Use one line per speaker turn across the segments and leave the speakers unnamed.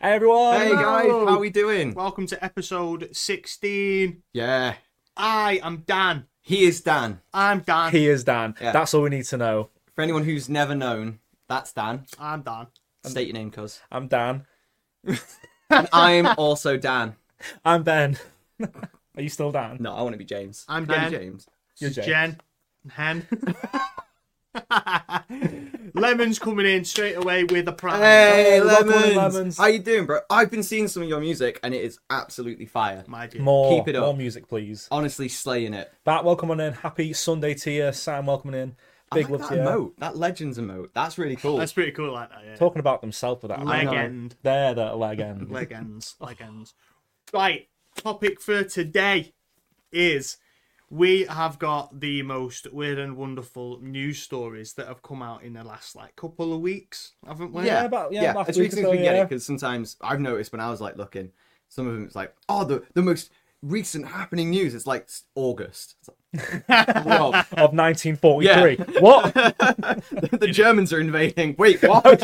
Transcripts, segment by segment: Hey everyone!
Hey guys, how are we doing?
Welcome to episode 16.
Yeah,
I am Dan.
he is Dan.
I'm Dan.
He is Dan.
Yeah.
That's all we need to know.
For anyone who's never known, that's Dan.
I'm Dan.
Um,
State your name, cuz.
I'm Dan.
And I'm also Dan.
I'm Ben. are you still Dan?
No, I want to be James.
I'm Dan.
James.
You're
This is
James.
Jen. Hen. Lemon's coming in straight away with a prize.
Hey,
Hey, welcome,
lemons.
Lemons.
How you doing, bro? I've been seeing some of your music, and it is absolutely fire.
My dear.
More,
Keep it up.
more music, please.
Honestly, slaying it.
Bat, welcome on in. Happy Sunday to you. Sam, welcome on in. Big
I like
love
that
to you.
emote. That Legends emote. That's really cool.
That's pretty cool, like that, yeah.
Talking about themselves with that.
I know.
Legend.
They're the leg end.
Legends. Legends. Right. Topic for today is we have got the most weird and wonderful news stories that have come out in the last like couple of weeks, haven't we?
yeah,
about- yeah,
yeah.
about
It's
a
really
week or
since
so,
we can get
yeah.
it because sometimes I've noticed when I was like looking, some of them it's like, oh, the the most recent happening news. It's like s- August. It's like, whoa.
Of 1943. What?
the Germans are invading. Wait, what?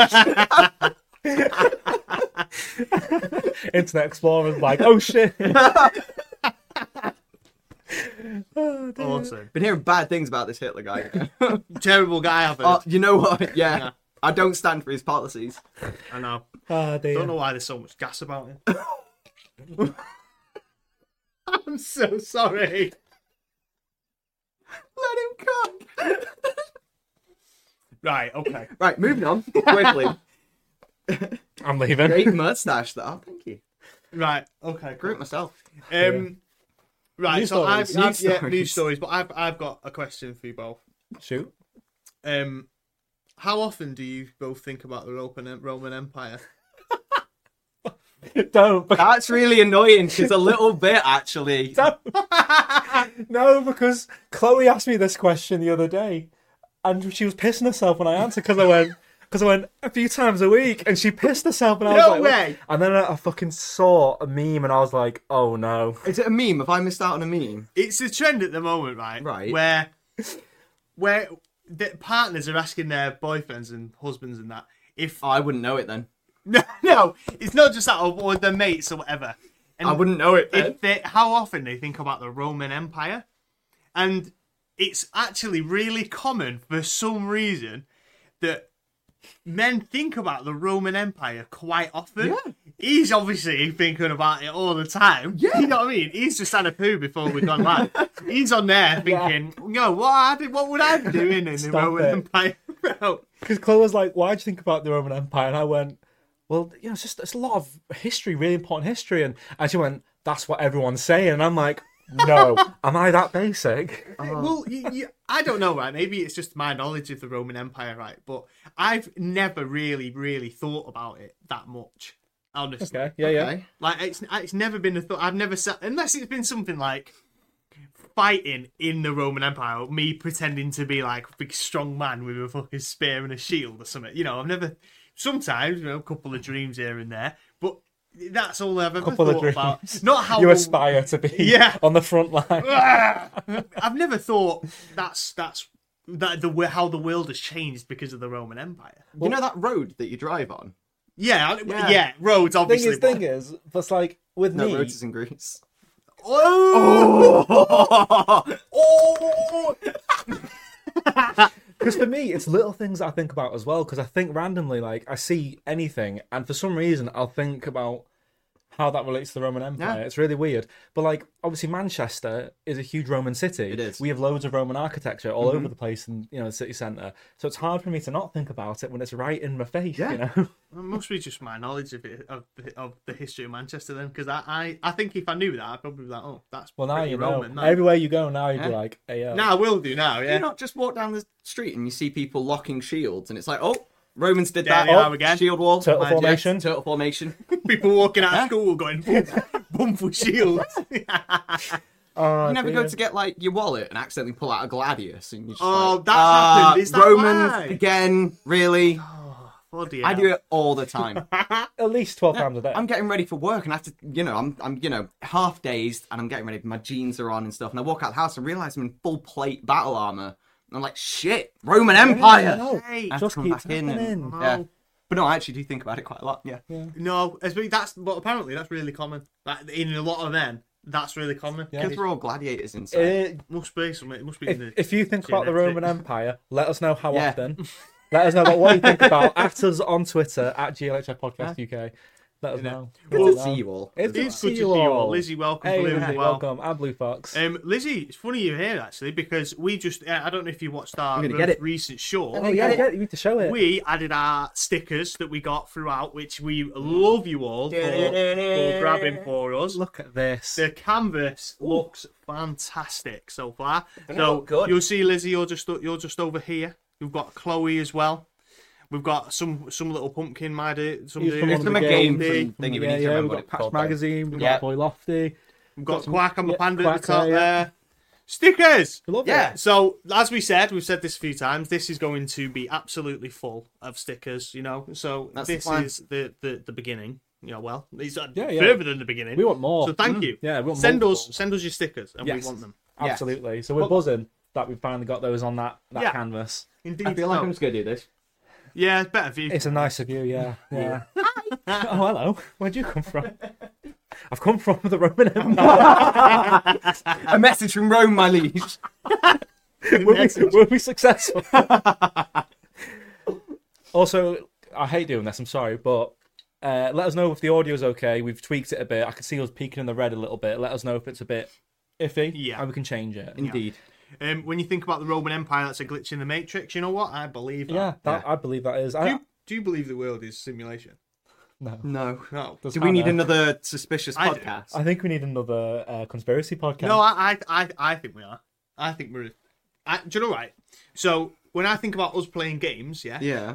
Internet Explorer's like, oh shit.
Awesome.
Been hearing bad things about this Hitler guy.
Terrible guy, I've heard.
Oh, you know what? Yeah. I don't stand for his policies.
I know.
Ah, dear.
Don't know why there's so much gas about him. I'm so sorry.
Let him come.
Right, okay.
Right, moving on quickly.
I'm leaving.
Great mustache, though. Oh, thank you.
Right, okay.
Grew it myself.
Um, Right,
News
so
stories,
I've, I've
news
yeah, news stories, but I've I've got a question for you both.
Shoot.
Um, how often do you both think about the Roman Roman Empire?
Don't.
That's really annoying. She's a little bit actually.
No, because Chloe asked me this question the other day, and she was pissing herself when I answered because I went because I went a few times a week, and she pissed herself, and I was
No
like,
way!
and then I, I fucking saw a meme, and I was like, oh no,
Is it a meme? Have I missed out on a meme?
It's a trend at the moment, right?
Right.
Where where the partners are asking their boyfriends and husbands and that if
Oh, I wouldn't know it then.
no no it's not just that or, or their mates or whatever. And
I wouldn't know it then.
if they, how often they think about the Roman Empire, and it's actually really common for some reason that men think about the Roman Empire quite often.
Yeah.
He's obviously thinking about it all the time. Yeah. You know what I mean? He's just had a poo before we've gone live. He's on there thinking, no, what, I did, what would I be doing in the
Stop
Roman
it.
Empire? Bro.
because Chloe was like, why do you think about the Roman Empire? And I went, well, you know, it's just it's a lot of history, really important history, and and she went, that's what everyone's saying, and I'm like, no, am I that basic?
Well, you, you, I don't know, right? Maybe it's just my knowledge of the Roman Empire, right? But I've never really, really thought about it that much, honestly.
Okay, yeah, yeah.
Okay.
Like it's it's never been a thought. I've never sat unless it's been something like fighting in the Roman Empire, or me pretending to be like a big strong man with a fucking spear and a shield or something. You know, I've never. Sometimes you know, a couple of dreams here and there, but that's all I've ever
Couple of
thought about.
dreams.
Not how
You aspire to be
Yeah.
on the front line.
I've never thought that's that's that the wo- how the world has changed because of the Roman Empire.
You know that road that you drive on?
Yeah, I-
Yeah.
yeah, roads
thing
obviously.
is, thing is, that's like with
No,
me.
roads is in Greece.
but- oh,
Oh! oh!
Because for me, it's little things I think about as well. Because I think randomly, like I see anything, and for some reason, I'll think about how that relates to the Roman Empire. It's really weird. But like, obviously, Manchester is a huge Roman city.
It is. Mm-hmm.
We have loads of Roman architecture all over the place, and you know, the city centre. So it's hard for me to not think about it when it's right in my face. You know,
it must be just my knowledge of it of the, of the history of Manchester then, because I, I I think if I knew that, I'd probably be like, oh, that's
well now
pretty
you know.
Roman. that.
Everywhere you go now, you'd be
Yeah.
like, hey, yo.
Now I will do now.
you
Yeah,
not just walk down the street and you see people locking shields and it's like, oh, Romans did
There
that.
they
Oh,
are again.
Shield wall.
Turtle
Mind you.
formation.
Turtle formation.
people walking out of school going bump, bump with shields.
Oh,
You never
dear.
go to get like your wallet and accidentally pull out a gladius and you just
Oh,
like,
that's
"Ah,
happened. Is that
Romans
why?" Oh,
again, really?
Bloody
I
hell.
do it all the time.
at least twelve times a day.
I'm getting ready for work and I have to, you know, I'm, I'm, you know, half dazed and I'm getting ready. My jeans are on and stuff. And I walk out the house and realize I'm in full plate battle armor. And I'm like, shit, Roman Empire.
No,
Hey,
I have to
just
come
keeps
back in and-
happening.
Oh,
Yeah. But no, I actually do think about it quite a lot. Yeah.
No, as we, that's but apparently that's really common. That in a lot of men, that's really common.
Yeah.
Because we're all gladiators inside.
Uh,
Must be something. It must be in
if,
the.
if you think about the
Genetic.
Roman Empire, let us know how
Yeah.
often. Let us know about what you think about. At us on Twitter at GLHF Podcast UK. Let us know.
Good
Let us
to
know.
see you all.
It's
It is good to see you all. Lizzie, welcome.
Hey,
Blue,
Lizzie,
welcome.
welcome. And Blue Fox.
Um, Lizzie, it's funny you're here actually because we just, uh, I don't know if you watched our
gonna
most
get it.
recent show.
oh, yeah, yeah, you need to show it.
We added our stickers that we got throughout, which we love you all for, for grabbing for us.
Look at this.
The canvas looks fantastic so far.
They
So
look good.
you'll see, Lizzie, you're just you're just over here. We've got Chloe as well. We've got some some little pumpkin, my dude. Some
He's
dude.
from
It's
one
from a
of the
game
games.
thing. You
yeah,
need to
yeah, we've
remember what
got
it's
Patch
called, though.
Magazine, we've
Yeah.
got Boy Lofty.
We've got Quack on the
yeah,
Panda at
Quack
the top
there, yeah.
there. Stickers.
We love
Yeah.
it.
So, as we said, we've said this a few times. This is going to be absolutely full of stickers, you know. So
That's the
this
plan.
is the, the the beginning. Yeah, well, it's uh,
Yeah, yeah.
further than the beginning.
We want more. Mm.
So thank you.
Yeah, we want
send
multiple.
us send us your stickers, and
Yes.
we want them.
Yes.
Absolutely. So we're buzzing that we finally got those on that, that
Yeah.
canvas.
Indeed.
I feel like
so.
I'm just going to do this.
Yeah, it's better for you.
It's a nice of you, yeah. yeah. oh, hello. Where'd you come from? I've come from the Roman Empire.
A message from Rome, my liege.
were, we, were we successful? also, I hate doing this, I'm sorry, but uh, let us know if the audio's okay. We've tweaked it a bit. I can see us peeking in the red a little bit. Let us know if it's a bit iffy.
Yeah.
And we can change it.
Indeed.
Um, when you think about the Roman Empire, that's a glitch in the Matrix. You know what? I believe. That.
Yeah, that, I believe that is.
Do
I,
you, do you believe the world is simulation?
no.
No.
No.
Do we need
Hannah.
another suspicious
I do.
podcast?
I think we need another uh, conspiracy podcast.
No, I, I, I, I think we are. I think we're. I, do you know right? So when I think about us playing games, yeah.
Yeah.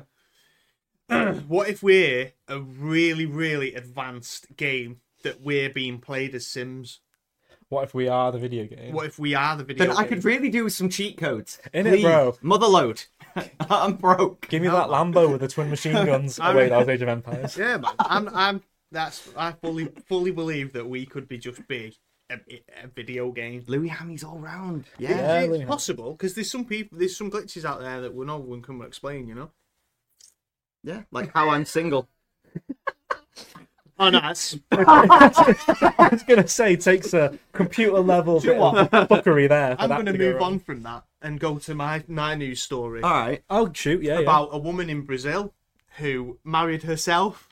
What if we're a really, really advanced game that we're being played as Sims?
What if we are the video game?
What if we are the video?
Then I could
game?
really do with some cheat codes.
In it, bro.
Motherload. I'm broke.
Give me that Lambo with the twin machine guns. oh, wait, that was Age of Empires.
Yeah, man. I'm. I'm. That's. I fully, fully believe that we could be just be a, a video game.
Louis Hammy's all round. Yeah.
Yeah.
it's
Louis.
possible because there's some people, there's some glitches out there that we no one can explain. You know.
Yeah. Like how I'm single.
Oh no, that's
I was going to say, takes a computer level bit of fuckery there. for
I'm
that
going to
go
move
wrong.
on from that and go to my my news story
All right.
Oh, shoot, yeah. yeah.
about a woman in Brazil who married herself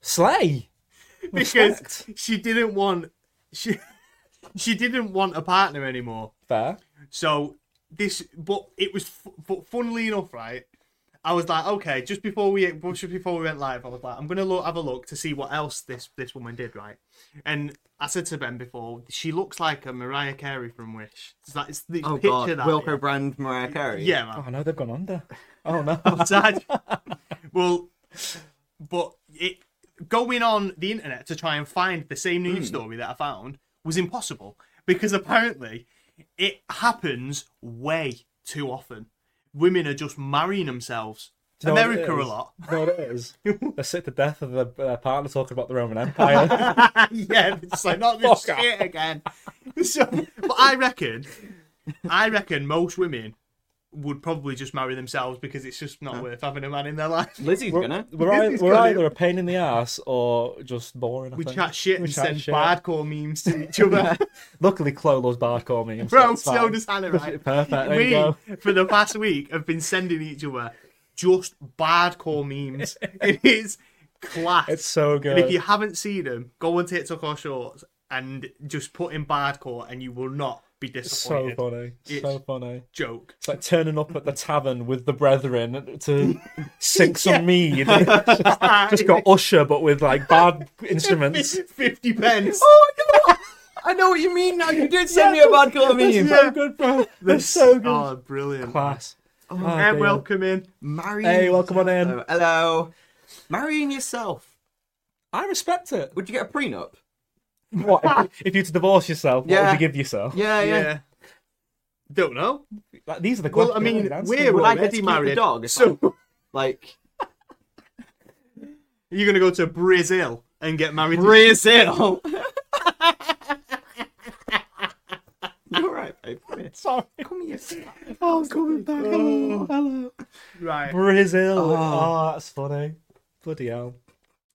Slay.
because
Respect.
she didn't want she she didn't want a partner anymore.
Fair.
So this, but it was, fu- but funnily enough, right? I was like, okay, just before we just before we went live, I was like, I'm gonna look, have a look to see what else this this woman did, right? And I said to Ben before, she looks like a Mariah Carey from Wish. It's like it's the
Oh
picture
God.
that
Wilco Brand, Mariah Carey.
yeah, man.
Oh, no, they've gone under. Oh, no.
Sad. well, but it going on the internet to try and find the same news
Hmm.
story that I found was impossible because apparently it happens way too often. Women are just marrying themselves.
You know what it
America a
is?
lot.
You know what it is? They're sick to death of their uh, partner talking about the Roman Empire.
yeah, it's like not this
Fuck
shit again. So, but I reckon, I reckon most women would probably just marry themselves because it's just not worth having a man in their life.
Lizzie's gonna.
we're ei-
Lizzie's
we're
gonna.
either a pain in the ass or just boring. I
We
think.
chat shit
We
and
chat
send
shit.
hardcore memes to each other.
Luckily, Chloe loves Bardcore memes.
Bro,
that's fine.
so does Hannah, right?
Perfect. There you go.
We, for the past week, have been sending each other just bardcore memes. it is class.
It's so good.
and if you haven't seen them, go on TikTok or Shorts and just put in bardcore and you will not be
so
disappointed.
funny. So
It's-
funny.
Joke.
It's like turning up at the tavern with the brethren to sink some mead. just, just got Usher, but with like bad instruments.
50 pence.
Oh my God. I know what you mean now. You did send me a bad call
They're
meme.
so good, bro. They're so good.
Oh, brilliant.
Class. Oh, dear.
And welcome in.
Marrying.
Hey, welcome on in.
Oh, hello. Marrying yourself.
I respect it.
Would you get a prenup?
What if, if you were to divorce yourself? What
Yeah.
would you give yourself?
Yeah, yeah.
Yeah. Don't know.
Like, these are the questions.
Well, I mean,
need answers.
we're
Would I get to
already
keep
married.
the dog? if
So
I- like
you're going to go to Brazil and get married.
Brazil. You're right, babe. Come here.
sorry.
Come Oh. yes.
Oh, I'm coming back. Hello. hello.
Right.
Brazil. Oh. that's funny. Bloody hell.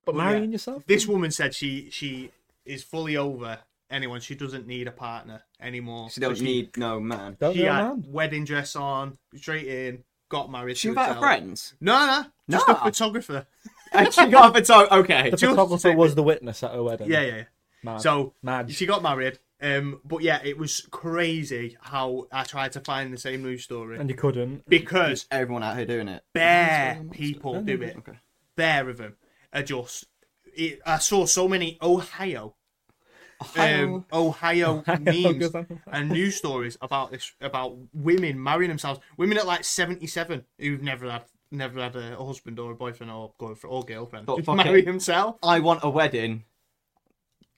But
Marrying
yeah,
yourself?
This woman said she she is fully over anyone. She doesn't need a partner anymore.
She don't
So
need no man.
Don't
She
know,
had
man.
wedding dress on, straight in, got married.
She
to
invited
herself.
friends.
No, no, just
No.
a photographer.
and she got a photo. Okay.
The photographer was the witness at her wedding.
Yeah, yeah. yeah.
Mad.
So
Mad.
she got married. Um, but yeah, it was crazy how I tried to find the same news story
and you couldn't.
because
Everyone out here doing it.
bare people do it.
Okay.
Bare of them are just. It, I saw so many Ohio, um,
Ohio.
Ohio memes
goes on.
and news stories about this about women marrying themselves. Women at like seventy-seven who've never had never had a husband or a boyfriend or girlfriend or girlfriend
But
just
fuck
marry
it.
himself.
I want a wedding.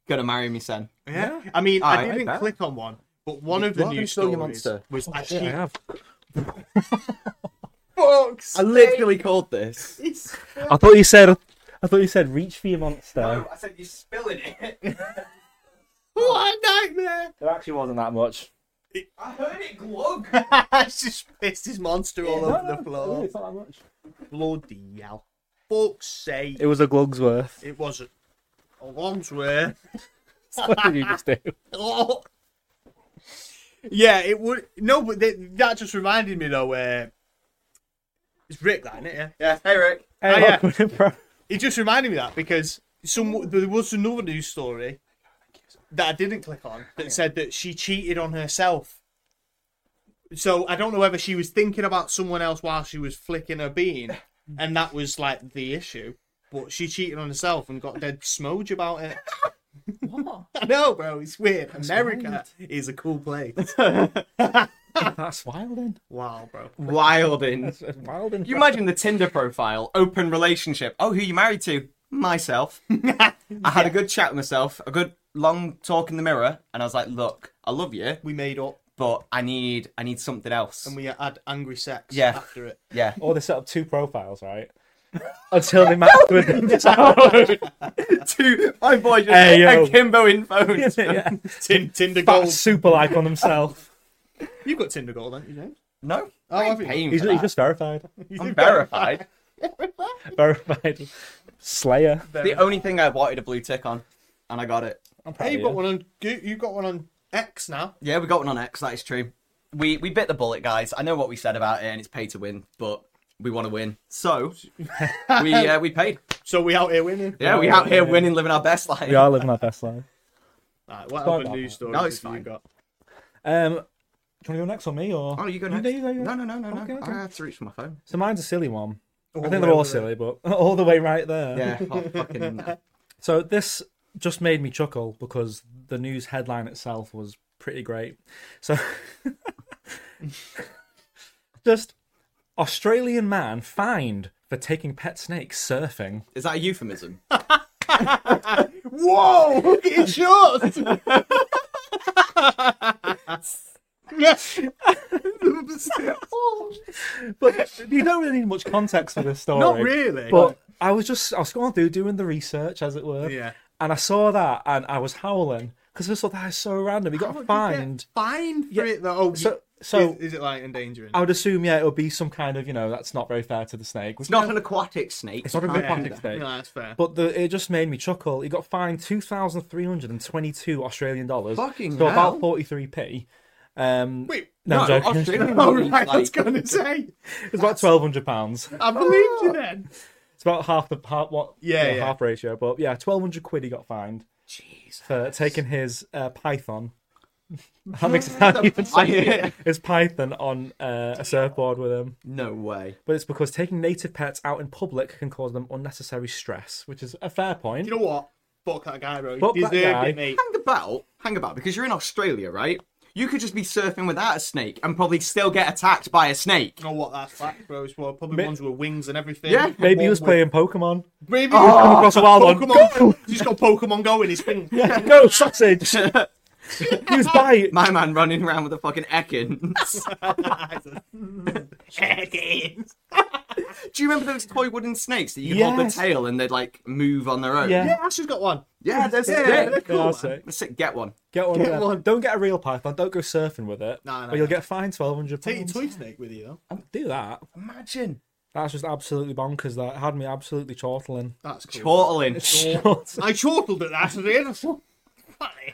Gonna marry me, son.
Yeah. I mean,
I
I
like
didn't
that.
click on one, but one of the
Welcome
news
to Kill Your
stories
Monster.
was
Oh, shit, I
actually
have.
I literally called this.
I thought you said. I thought you said reach for your monster.
I said you're spilling it.
what a nightmare.
It actually wasn't that much.
I heard it glug.
It's just pissed his monster all over the floor.
It's not that much.
Bloody hell. Fuck's sake.
It was a Glugsworth.
It was a, a long's worth.
what did you just do?
Oh. Yeah, it would. No, but th- that just reminded me though. Uh, it's Rick, that isn't it? Yeah.
Yeah, hey Rick.
Hey,
Oh, yeah.
welcome to Pro-
It just reminded me that because some there was another news story that I didn't click on that said that she cheated on herself. So I don't know whether she was thinking about someone else while she was flicking her bean, and that was like the issue. But she cheated on herself and got dead smoge about it. I know, bro. It's weird. America is a cool place.
That's wilding.
wow, bro.
Wilding.
That's wilding.
You imagine the Tinder profile, open relationship. Oh, who you married to? Myself. I had a good chat with myself, a good long talk in the mirror, and I was like, "Look, I love you,
We made up
but I need, I need something else."
and we Oh, had angry sex
Yeah.
after it.
Yeah,
Or Oh, they set up two profiles, right? Until they matched with themselves.
two. My boy just
Hey, yo.
and Kimbo in phones.
Tin- Tinder
Fat
gold.
super like on himself.
You've got Tinder gold, haven't you, James?
No,
Oh,
I ain't
have you?
paying
He's,
for
he's
that.
just verified.
I'm verified.
Verified. Slayer.
the only thing I wanted a blue tick on, and I got it.
I'm proud
Hey,
of
you've
you.
got one on. you- You've got one on X now.
Yeah, we got one on X. That is true. We we bit the bullet, guys. I know what we said about it, and it's pay to win, but we want to win, so we uh, we paid.
So we out here winning.
Yeah, we out here winning, living our best life.
We are living our best life.
Right, what
Sorry
other
about
news
that.
stories
No,
have
it's
you
fine.
got?
Um, do you want to go next on me or?
Oh, you go
You
next.
do, you go, you go.
No, no, no, no, no.
Okay, okay.
I have to reach for my phone.
So mine's a silly one. I
the
think they're
way
all
over there.
silly, but all the way right there.
Yeah, oh, fucking.
So this just made me chuckle because the news headline itself was pretty great. So just Australian man fined for taking pet snakes surfing.
Is that a euphemism?
Whoa! Look at his shorts.
But you don't really need much context for this story.
Not really.
But I was just I was going through doing the research as it were.
yeah.
And I saw that and I was howling because I just thought that is so random. He got fined.
Fined for
Yeah.
it though. Oh,
So
so
so
is, is it like endangering?
I would assume, yeah, it would be some kind of, you know, that's not very fair to the snake.
It's not an aquatic snake.
It's not a
You can't
aquatic
do that.
snake.
No, that's fair.
But the, it just made me chuckle. He got fined two thousand three hundred and twenty-two Australian dollars,
Fucking
so
hell.
about forty-three p. Um,
Wait.
no, I'm
No,
joking.
Australian
Oh,
money,
right, I was
like,
gonna say.
it's about twelve hundred pounds.
I believed you then.
It's about half the half what
Yeah,
you know,
yeah.
half ratio. But yeah, twelve hundred quid he got fined
Jeez.
for taking his uh, python. That makes it sound even
I-
his python on uh, a surfboard with him.
no way.
But it's because taking native pets out in public can cause them unnecessary stress, which is a fair point.
You know what? Fuck that guy, bro. He
Fuck that
deserved
guy.
it, mate.
Hang about, hang about, because you're in Australia, right? You could just be surfing without a snake and probably still get attacked by a snake.
You know what? That's fact, bro. It's well, probably ones with wings and everything.
Yeah.
Maybe he was
One with-
playing Pokemon.
Maybe
Come across a wild one.
Pokemon. He's got Pokemon Go in his thing.
Go sausage. He was by
My man running around with a fucking Ekans. Do you remember those toy wooden snakes that you could hold their
Yes.
tail and they'd like move on their own?
Yeah.
yeah, Ash has got one.
yeah that's it.
Yeah, they're cool,
Yeah,
man.
sick.
That's it. Get one.
Get one.
Get
yeah.
one.
Don't get a real python. Don't go surfing with it.
No, no,
or you'll
no.
get fined twelve hundred
Take your
pounds.
toy snake with you though.
Do that.
Imagine
That's just absolutely bonkers. That had me absolutely chortling.
That's cool.
chortling,
Chort-
I chortled at that. Funny.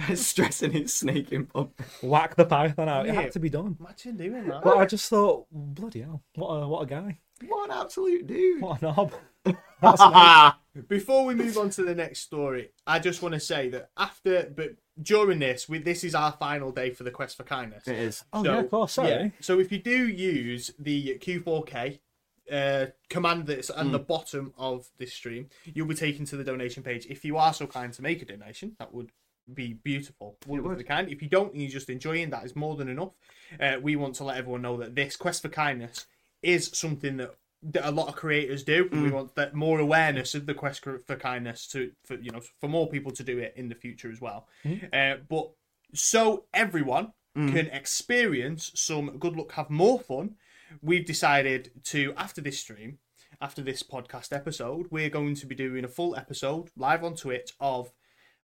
stressing his snake in public.
Whack the python out. It
Yeah.
had to be done.
Imagine doing that.
But I just thought, bloody hell, what a what a guy,
What an absolute dude.
what a knob.
Before we move on to the next story, I just want to say that after, but during this, we, this is our final day for the quest for kindness.
It is.
Oh yeah, of course. Sorry.
yeah, so if you do use the Q4K uh, command that's at
Hmm.
the bottom of this stream, you'll be taken to the donation page. If you are so kind to make a donation, that would be beautiful. Wonderfully kind. If you don't and you're just enjoying, that is more than enough. Uh, we want to let everyone know that this quest for kindness is something that. That a lot of creators do.
Hmm.
We want that more awareness of the quest for kindness to, for you know, for more people to do it in the future as well.
Hmm.
Uh, but so everyone can experience some good luck have more fun we've decided to after this stream after this podcast episode we're going to be doing a full episode live on twitch of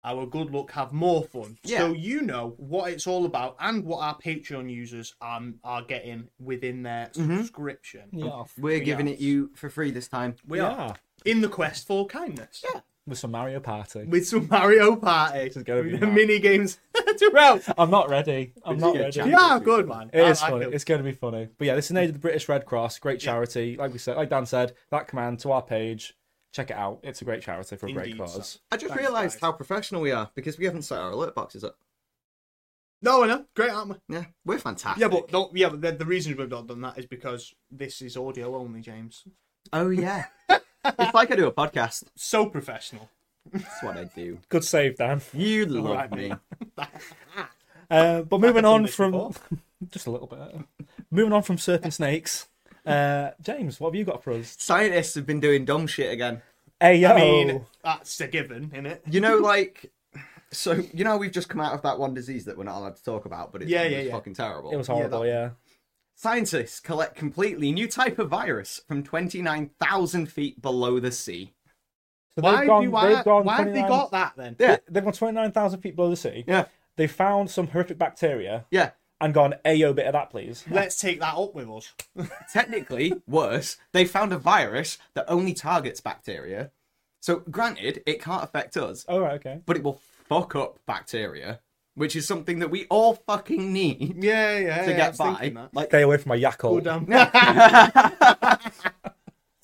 our good luck have more fun
Yeah.
so you know what it's all about and what our patreon users um, are getting within their subscription
Yeah.
We're giving it you for free this time.
we are in the quest for kindness yeah.
With some Mario Party.
with some mario party
is gonna be
With the
mad.
mini games Terrell.
I'm not ready. I'm not ready.
Yeah.
yeah good man
It
I
is
like
funny.
them.
It's going to be funny. But yeah, this is an aid of the British Red Cross. Great charity. Like we said, like Dan said, that command to our page. Check it out. It's a great charity for a great
Indeed,
cause.
I just
Thanks,
realised
guys.
how professional we are because we haven't set our alert boxes up.
no i know great aren't we
Yeah, we're fantastic.
Yeah, but don't, yeah, but the, the reason we've not done that is because this is audio only, James.
oh yeah, it's like I do a podcast.
So professional.
That's what I do.
Good save, Dan.
You love
right,
Oh, me.
Uh, but moving
done
on
this
from
before.
just a little bit. moving on from surfing snakes. Uh, James, what have you got for us?
Scientists have been doing dumb shit again.
Ayo.
I mean, that's a given, isn't it?
You know, like, so you know, how we've just come out of that one disease that we're not allowed to talk about, but it,
Yeah,
it
yeah,
was
yeah.
fucking terrible.
it was horrible. Yeah.
Scientists collect completely new type of virus from twenty nine thousand feet below the sea.
So
Why,
they've
have
gone.
you- why,
they've gone
why have they
29
got that then?
Yeah,
They've gone twenty nine thousand feet below the sea.
yeah,
They found some horrific bacteria
yeah.
and gone. Ayo, bit of that, please.
Let's take that up with us.
technically worse they found a virus that only targets bacteria so granted it can't affect us
Oh right, okay.
but it will fuck up bacteria which is something that we all fucking need
Yeah, yeah.
to
yeah, I
get
was thinking
by
that.
like
Stay away from my yak hole.
Oh, damn.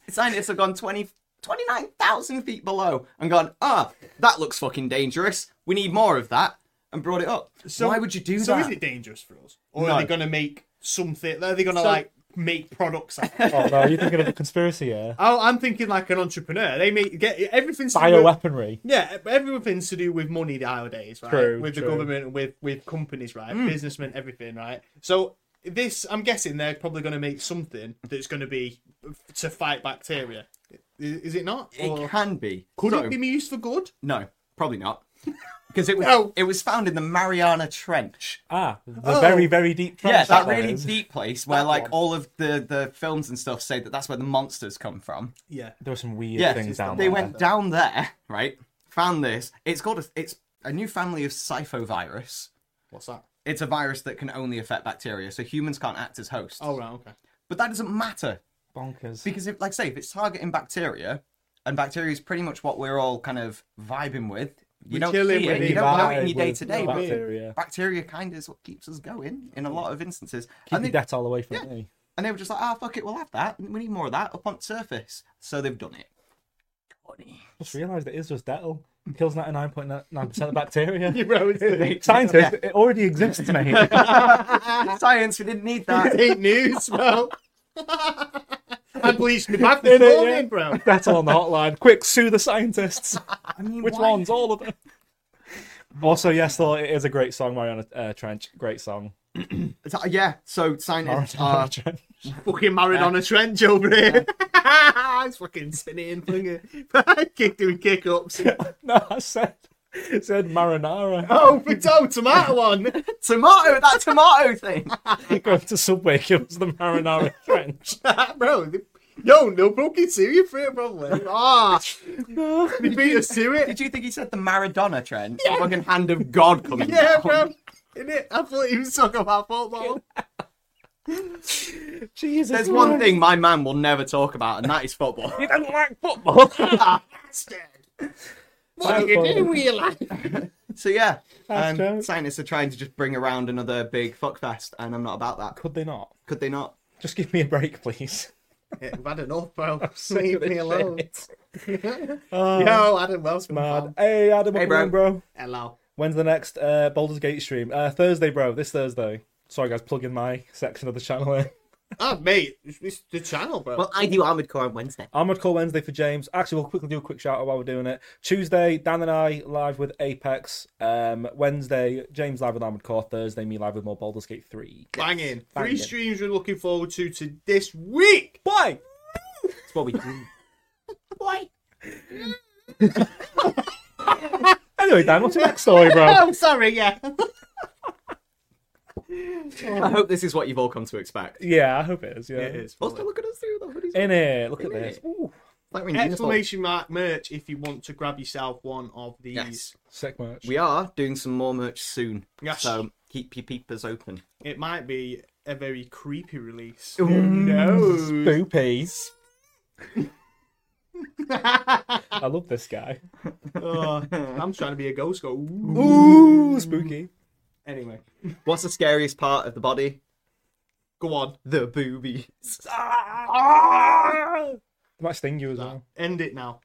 scientists have gone 20 29,000 feet below and gone ah that looks fucking dangerous we need more of that and brought it up
So-
why would you do
So
that
is it dangerous for us? Or
No.
are they going to make something? Are they going to,
So-
like, make products out of it?
Oh no, you're thinking of a conspiracy here.
Oh, I'm thinking like an entrepreneur. They make get everything's to do with-
Bioweaponry.
Yeah, but everything's to do with money nowadays, right?
True,
with
true.
the government and with with companies, right? Businessmen, everything, right? So this, I'm guessing they're probably going to make something that's going to be to fight bacteria. I- Is it not? Or
it can be
could
So-
it be used for good?
No, probably not. Because it was
No.
it was found in the Mariana Trench.
Ah, the very, very deep trench.
Oh. Yeah, that
one
really
is.
deep place where like
one.
all of the the films and stuff say that that's where the monsters come from.
Yeah.
There were some weird
Yeah,
things down
they
there.
went down there, right? Found this. It's called a, it's a new family of cyphovirus.
What's that?
It's a virus that can only affect bacteria, so humans can't act as hosts.
Oh right, okay.
But that doesn't matter
bonkers.
because, if, like, say, if it's targeting bacteria, and bacteria is pretty much what we're all kind of vibing with. You
We're
don't
chilling
see it. You
with it.
don't know it
Vibe
in your day
with
to day, but
bacteria.
bacteria kind of is what keeps us going in a lot of instances.
Keep
and,
your
they,
debt all away from
Yeah.
me.
and they were just like, ah, fuck it, we'll have that. We need more of that up on the surface. So they've done it. Funny.
Just realised it is just Dettol. It kills 99.9% of bacteria.
Rosie.
Scientist, it already exists, mate.
Science, we didn't need that.
Ain't news, bro. I bleached my back
Innit,
this
yeah.
morning, bro.
Dettol on the hotline. Quick, sue the scientists.
I mean,
Which
why?
ones? All of them. Also, yes, though, it is a great song, Mariana uh, Trench. Great song.
So- Yeah, so scientists
Mariana
are.
Trench.
Fucking married on a trench over here. It's fucking spinning, flinging, kick doing kick ups.
no, I said It said marinara.
Oh, potato, tomato one.
Tomato, that tomato thing.
Going to Subway gives the marinara French.
Bro, they, yo, they'll fucking sue you for it, probably. Ah, they beat us to it.
Did you think he said the Maradona trend? The fucking hand of God coming
Yeah,
down.
bro. In it, I thought he was talking about football.
Jesus.
There's one thing my man will never talk about, and that is football.
You don't like football.
What do you do with your life?
So yeah,
That's
um,
true.
scientists are trying to just bring around another big fuckfest, and I'm not about that.
Could they not?
Could they not?
Just give me a break, please.
Yeah, I've had enough, bro. Leave me alone.
Oh,
Yo, Adam Wells,
mad.
man.
Hey, Adam,
Hey,
what you doing, bro.
Hello.
When's the next uh, Baldur's Gate stream? Uh, Thursday, bro. This Thursday. Sorry, guys, plugging my section of the channel here.
Oh, mate, it's, it's the channel, bro.
I do Armored Core on Wednesday.
Armored Core Wednesday for James. Actually, we'll quickly do a quick shout out while we're doing it. Tuesday, Dan and I live with Apex. Um, Wednesday, James live with Armored Core. Thursday, me live with more Baldur's Gate 3.
banging. Three
banging.
streams we're looking forward to to this week.
Bye!
That's what we do.
Why?
Anyway, Dan, what's your next story, bro?
Oh, sorry, yeah.
I hope this is what you've all come to expect.
yeah, I hope it is. Yeah.
it is.
Also, look at us through the hoodies.
In it. Look at
In it.
this. Ooh,
Like we're in uniform.
Exclamation mark merch if you want to grab yourself one of these.
Yes.
sick merch.
We are doing some more merch soon.
Yes.
So keep your peepers open.
It might be a very creepy release.
no.
Spoopy. I love this guy.
Oh, I'm trying to be a ghost. Go. Ooh.
Ooh, spooky.
Anyway,
What's the scariest part of the body?
go on. Ah.
The boobies.
Might sting you as well.
uh, End it now.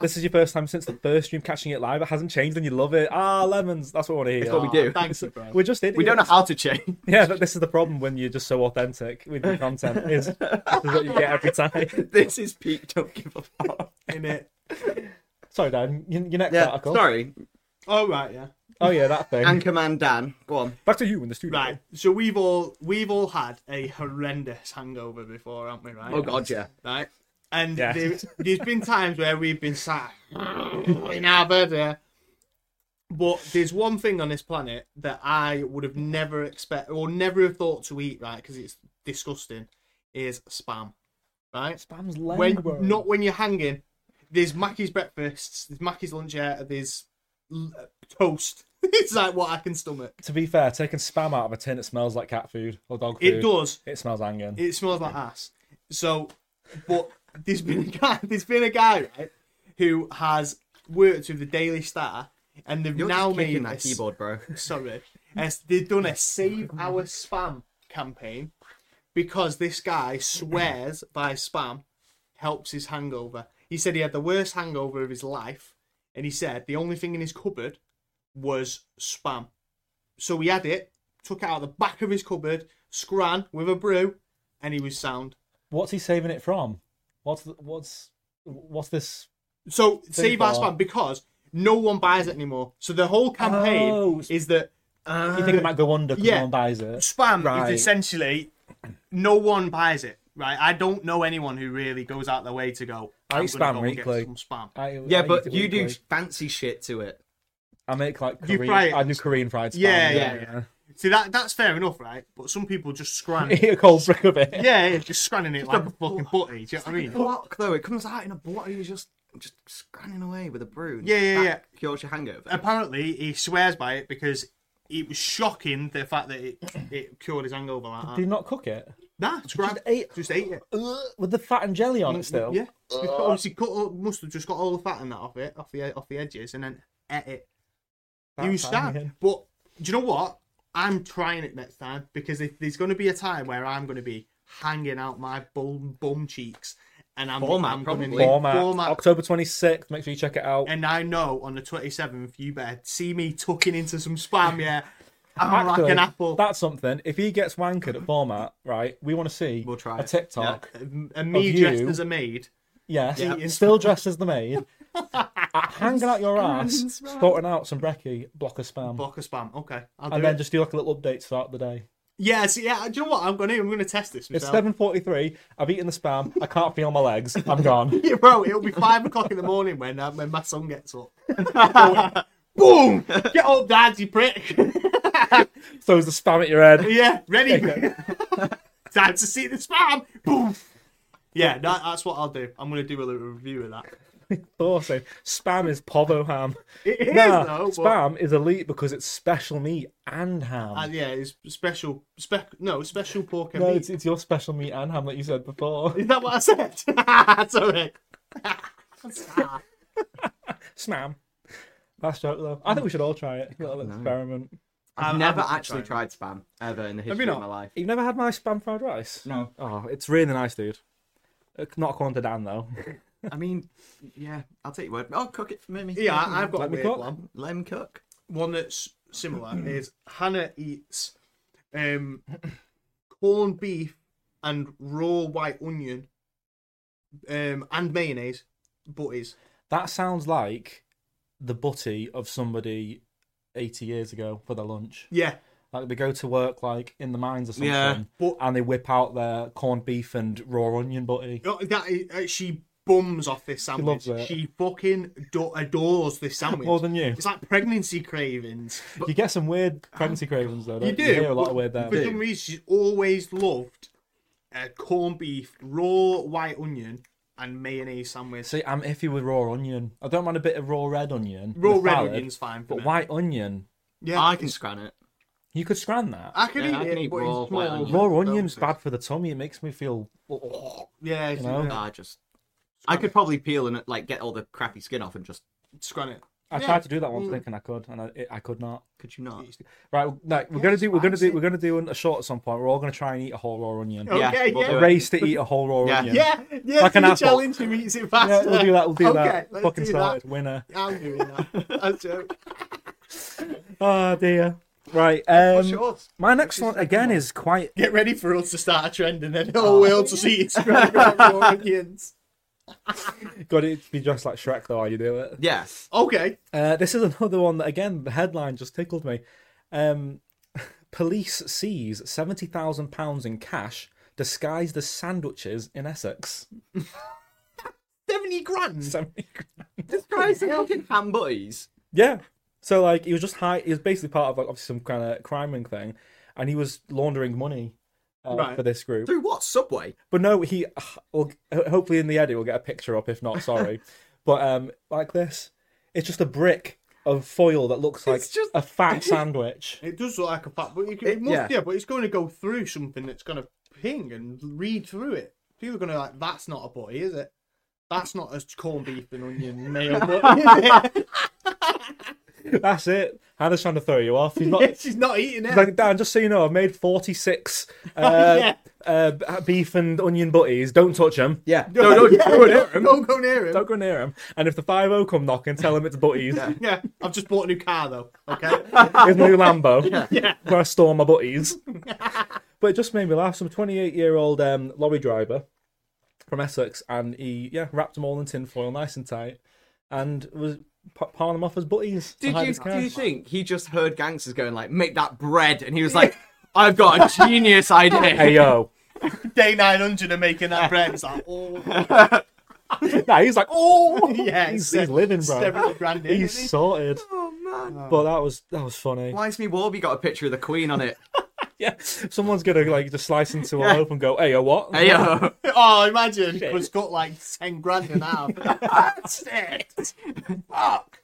This is your first time since the first stream catching it live. It hasn't changed and you love it. Ah, lemons. That's what I want to hear.
That's what we do.
Uh, Thanks, bro.
We're just idiots.
We don't know how to change.
Yeah, th- this is the problem when you're just so authentic with your content. Is this is what you get every time.
this is peak. Don't give a fuck.
In it.
Sorry, Dan. Your, your next
Yeah.
article.
Sorry.
All right, yeah.
Oh yeah, that thing.
Anchorman Dan. Go on.
Back to you in the studio.
Right. So we've all we've all had a horrendous hangover before, haven't we? Right.
Oh god, yeah.
Right. And
Yeah.
there, there's been times where we've been sat in our bed, yeah. But there's one thing on this planet that I would have never expect or never have thought to eat, right? Because it's disgusting. Is spam, right?
Spam's leg,
when
bro.
not when you're hanging. There's Mackie's breakfasts, there's Mackie's lunch out, there's l- toast. it's like what I can stomach.
To be fair, taking spam out of a tin, it smells like cat food or dog food.
It does.
It smells hanging.
It smells like ass. So, but there's been a guy. There's been a guy right who has worked with the Daily Star, and they've
You're
now
just
made
kicking
a
that
s-
keyboard, bro.
Sorry, as they've done a save our spam campaign because this guy swears by spam helps his hangover. He said he had the worst hangover of his life, and he said the only thing in his cupboard was spam. So he had it, took it out of the back of his cupboard, scran with a brew, and he was sound.
What's he saving it from? What's the, what's what's this?
So save our
far.
spam because no one buys it anymore. So the whole campaign
Oh. Ah.
is that
You think it might go under because
Uh, Yeah.
no one buys it?
spam
Right.
is essentially no one buys it. Right, I don't know anyone who really goes out their way to go.
I
I'm
eat
gonna
spam
go and get
weekly.
some spam.
I, I
Yeah,
eat
but
it
you do
weekly.
fancy shit to it.
I make like
You
Korean.
fry it.
I do Korean fried spam.
Yeah, yeah, See that that's fair enough, right? But some people just scran.
Eat a cold brick of it.
yeah, yeah, just scranning it like a fucking butty. Do you know what I mean?
Block though, it comes out in a block. and You're just just scanning away with a brew.
Yeah, yeah,
That Cures your hangover.
apparently he swears by it because it was shocking the fact that it, it cured his hangover like that.
Do you not cook it?
Nah, it's grand.
Just ate-
Just ate it.
With the fat and jelly on it still.
Uh, Yeah. Just
uh,
obviously cut all, must have just got all the fat and that off it, off the off the edges, and then ate it.
That's
You was stabbed.
hanging.
But do you know what? I'm trying it next time because if there's going to be a time where I'm going to be hanging out my bum bum cheeks, and I'm,
Format,
I'm gonna
probably.
need-
Format.
format
October 26th. Make sure you check it out.
and I know on the 27th you better see me tucking into some spam, yeah. I'm
Actually,
like an apple.
That's something. If he gets wankered at format, right, we want to see
We'll try
a
it.
TikTok.
and me
of
dressed
you.
as a maid.
Yes.
Yeah.
Still dressed as the maid. at- hanging out your ass, sorting out some brekkie, block of spam.
Block of spam. Okay. I'll do
and
it.
then just do like a little update throughout the day.
Yeah, see, yeah. Do you know what? I'm gonna, I'm gonna test this
It's
myself.
seven forty-three. I've eaten the spam. I can't feel my legs. I'm gone.
Yeah, bro, it'll be five o'clock in the morning when uh, when my son gets up. Boom! Get up, dad, you prick.
Throws the spam at your head.
yeah, ready. Time to see the spam. Boom. Yeah, that, that's what I'll do. I'm gonna do a little review of that.
Awesome. eh? Spam is povo ham.
It is
Nah,
though. but-
spam is elite because it's special meat and ham.
and yeah, it's special. Spec. No, special pork and
no,
meat.
it's, it's your special meat and ham that you said before.
Is that what I said? Sorry.
Spam. That's joke though. I think we should all try it. Little experiment.
I've
I'm-
never
I'm
actually
sorry.
tried spam ever in the
Have
history
you
of
not?
my life.
You've never had my spam fried rice?
No,
Oh, it's really nice, dude. Uh, Not according to Dan though.
I mean, yeah, I'll take your word. Oh, cook it for me.
Yeah, I- I've got a
Let me
weird
cook.
one.
Let him cook.
One that's similar is Hannah eats um, corned beef and raw white onion um, and mayonnaise butties.
That sounds like the butty of somebody eighty years ago for their lunch.
Yeah,
Like they go to work like in the mines or something,
Yeah.
But-
and they whip out their corned beef and raw onion butty.
Oh, that is, uh, she bums off this sandwich.
loves it.
She fucking do- adores this sandwich.
More than you.
It's like pregnancy cravings.
You get some weird pregnancy cravings though. Don't
You do.
hear a lot of weird there.
For some reason, she's always loved uh, corned beef, raw white onion, and mayonnaise sandwich.
See, I'm iffy with raw onion. I don't mind a bit of raw red onion. in
Raw
a
red
salad,
onion's fine for
But
me.
white onion,
Yeah,
I can scan it.
you could scran that.
I can
Yeah,
eat
I can
it,
eat
but
raw
it's
white
more-
onion.
Raw onion's
Bones.
bad for the tummy. It makes me feel.
Yeah, it's-
know?
yeah,
I just, I could probably peel and like get all the crappy skin off and just.
scran it.
I
Yeah. Mm.
tried to do that once, thinking I could, and I, it, I could not.
Could you not?
Right, no, we're gonna do. We're gonna do. We're gonna do a short at some point. We're all gonna try and eat a whole raw onion.
Okay,
yeah, we'll
Oh, yeah.
do it.
Race to eat a whole raw
Yeah.
onion.
Yeah, yeah.
Like
Like
an
an
apple.
challenge him eats it faster.
Yeah, we'll do that. We'll do
okay,
that.
Let's
Fucking
do
started.
that.
Winner.
I'm doing that. That's a joke.
Oh dear. Right. Um,
What's yours?
my next one again is quite.
Get ready for us to start a trend and then the whole world to see it's Oh. raw onions.
Got it. Be dressed like Shrek though. How you do it?
Yes.
Okay.
Uh, this is another one that again the headline just tickled me. Um, police seize seventy thousand pounds in cash disguised as sandwiches in Essex.
70 grand.
70
This guy's milking ham butties.
Yeah. So like he was just high. He was basically part of like obviously some kind of crime ring thing, and he was laundering money uh,
Right.
for this group.
Through what subway?
But no, he. ugh, Well, ho- hopefully in the edit we'll get a picture up. If not, sorry. but um, like this, it's just a brick of foil that looks like
just-
a fat sandwich.
It does look like a fat, but you can, it must,
yeah.
yeah. but it's going to go through something that's going to ping and read through it. People are going to like, that's not a body, is it? That's not as corned beef and onion mayo butty, is it?
That's it. Hannah's trying to throw you off. He's not.
She's not eating
He's
it.
like, Dan, just so you know, I've made 46
Oh,
uh, uh, b- beef and onion butties. Don't touch them.
Yeah.
No,
don't-
yeah,
don't near him.
Don't go near him.
Don't go near them. And if the 5 come knocking, tell them it's butties.
Yeah, I've just bought a new car though. Okay.
Here's my new Lambo. Where I store my butties. but it just made me laugh. Some 28 year old um, lorry driver from Essex, and he yeah wrapped them all in tin foil, nice and tight, and was p- piling them off as butties.
Did
behind
you,
his car.
do you think he just heard gangsters going like, make that bread? And he was like, I've got a genius idea.
Hey yo.
Day nine hundred and making that bread. It's like, oh,
Nah, he's like, oh,
yeah,
he's,
it's
he's living, bro.
seventy grand in.
He's
isn't
sorted.
Oh, man.
But that was that was funny.
Why has me Warby got a picture of the Queen on it?
Yeah, someone's gonna like just slice into a loaf and go, "Hey, yo, what?"
Hey, yo.
he? Oh, imagine it's got like ten grand in half. That's it. Fuck.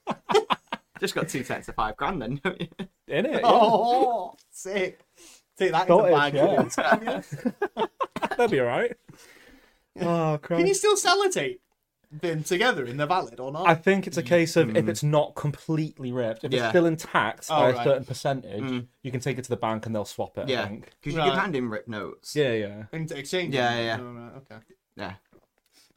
Just got two sets of five grand then, don't you?
In it.
Oh, sick. Take that into
Cottage,
bag.
yeah.
with you.
That'd be all right. Oh, Christ.
Can you still sellotape them together in the valid or
I
not?
think it's a case of if it's not completely ripped, if it's
Hmm. Yeah. Hmm.
still intact
Oh,
by a
right.
certain percentage, you can take it to the bank and they'll swap it. I
Yeah.
think.
Because you
Right.
can hand him rip notes.
Yeah, yeah.
And exchange.
Yeah,
them.
yeah.
Oh, right, okay.
Yeah.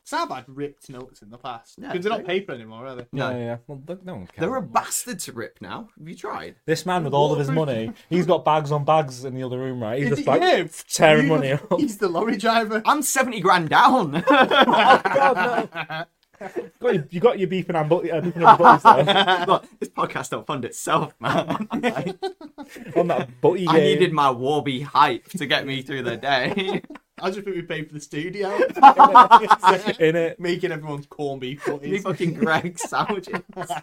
It's not bad ripped notes in the past
Yeah,
because they're not
they-
paper anymore, are they?
No.
Yeah, yeah. Well, look, no one cares.
They're a bastard to rip now. Have you tried?
This man with all of his money, he's got bags on bags in the other room, right? He's just like
yeah,
tearing
you-
money up.
He's the lorry driver.
I'm 70 grand down.
God, no. got your, you got your beef and ambu- uh, beef and ambu- there.
Look, this podcast don't fund itself, man. Like,
on that butty game.
I needed my Warby hype to get me through the day.
I just think we paid for the studio,
in it.
making everyone's corned beef
Me
footies.
fucking Greg sandwiches.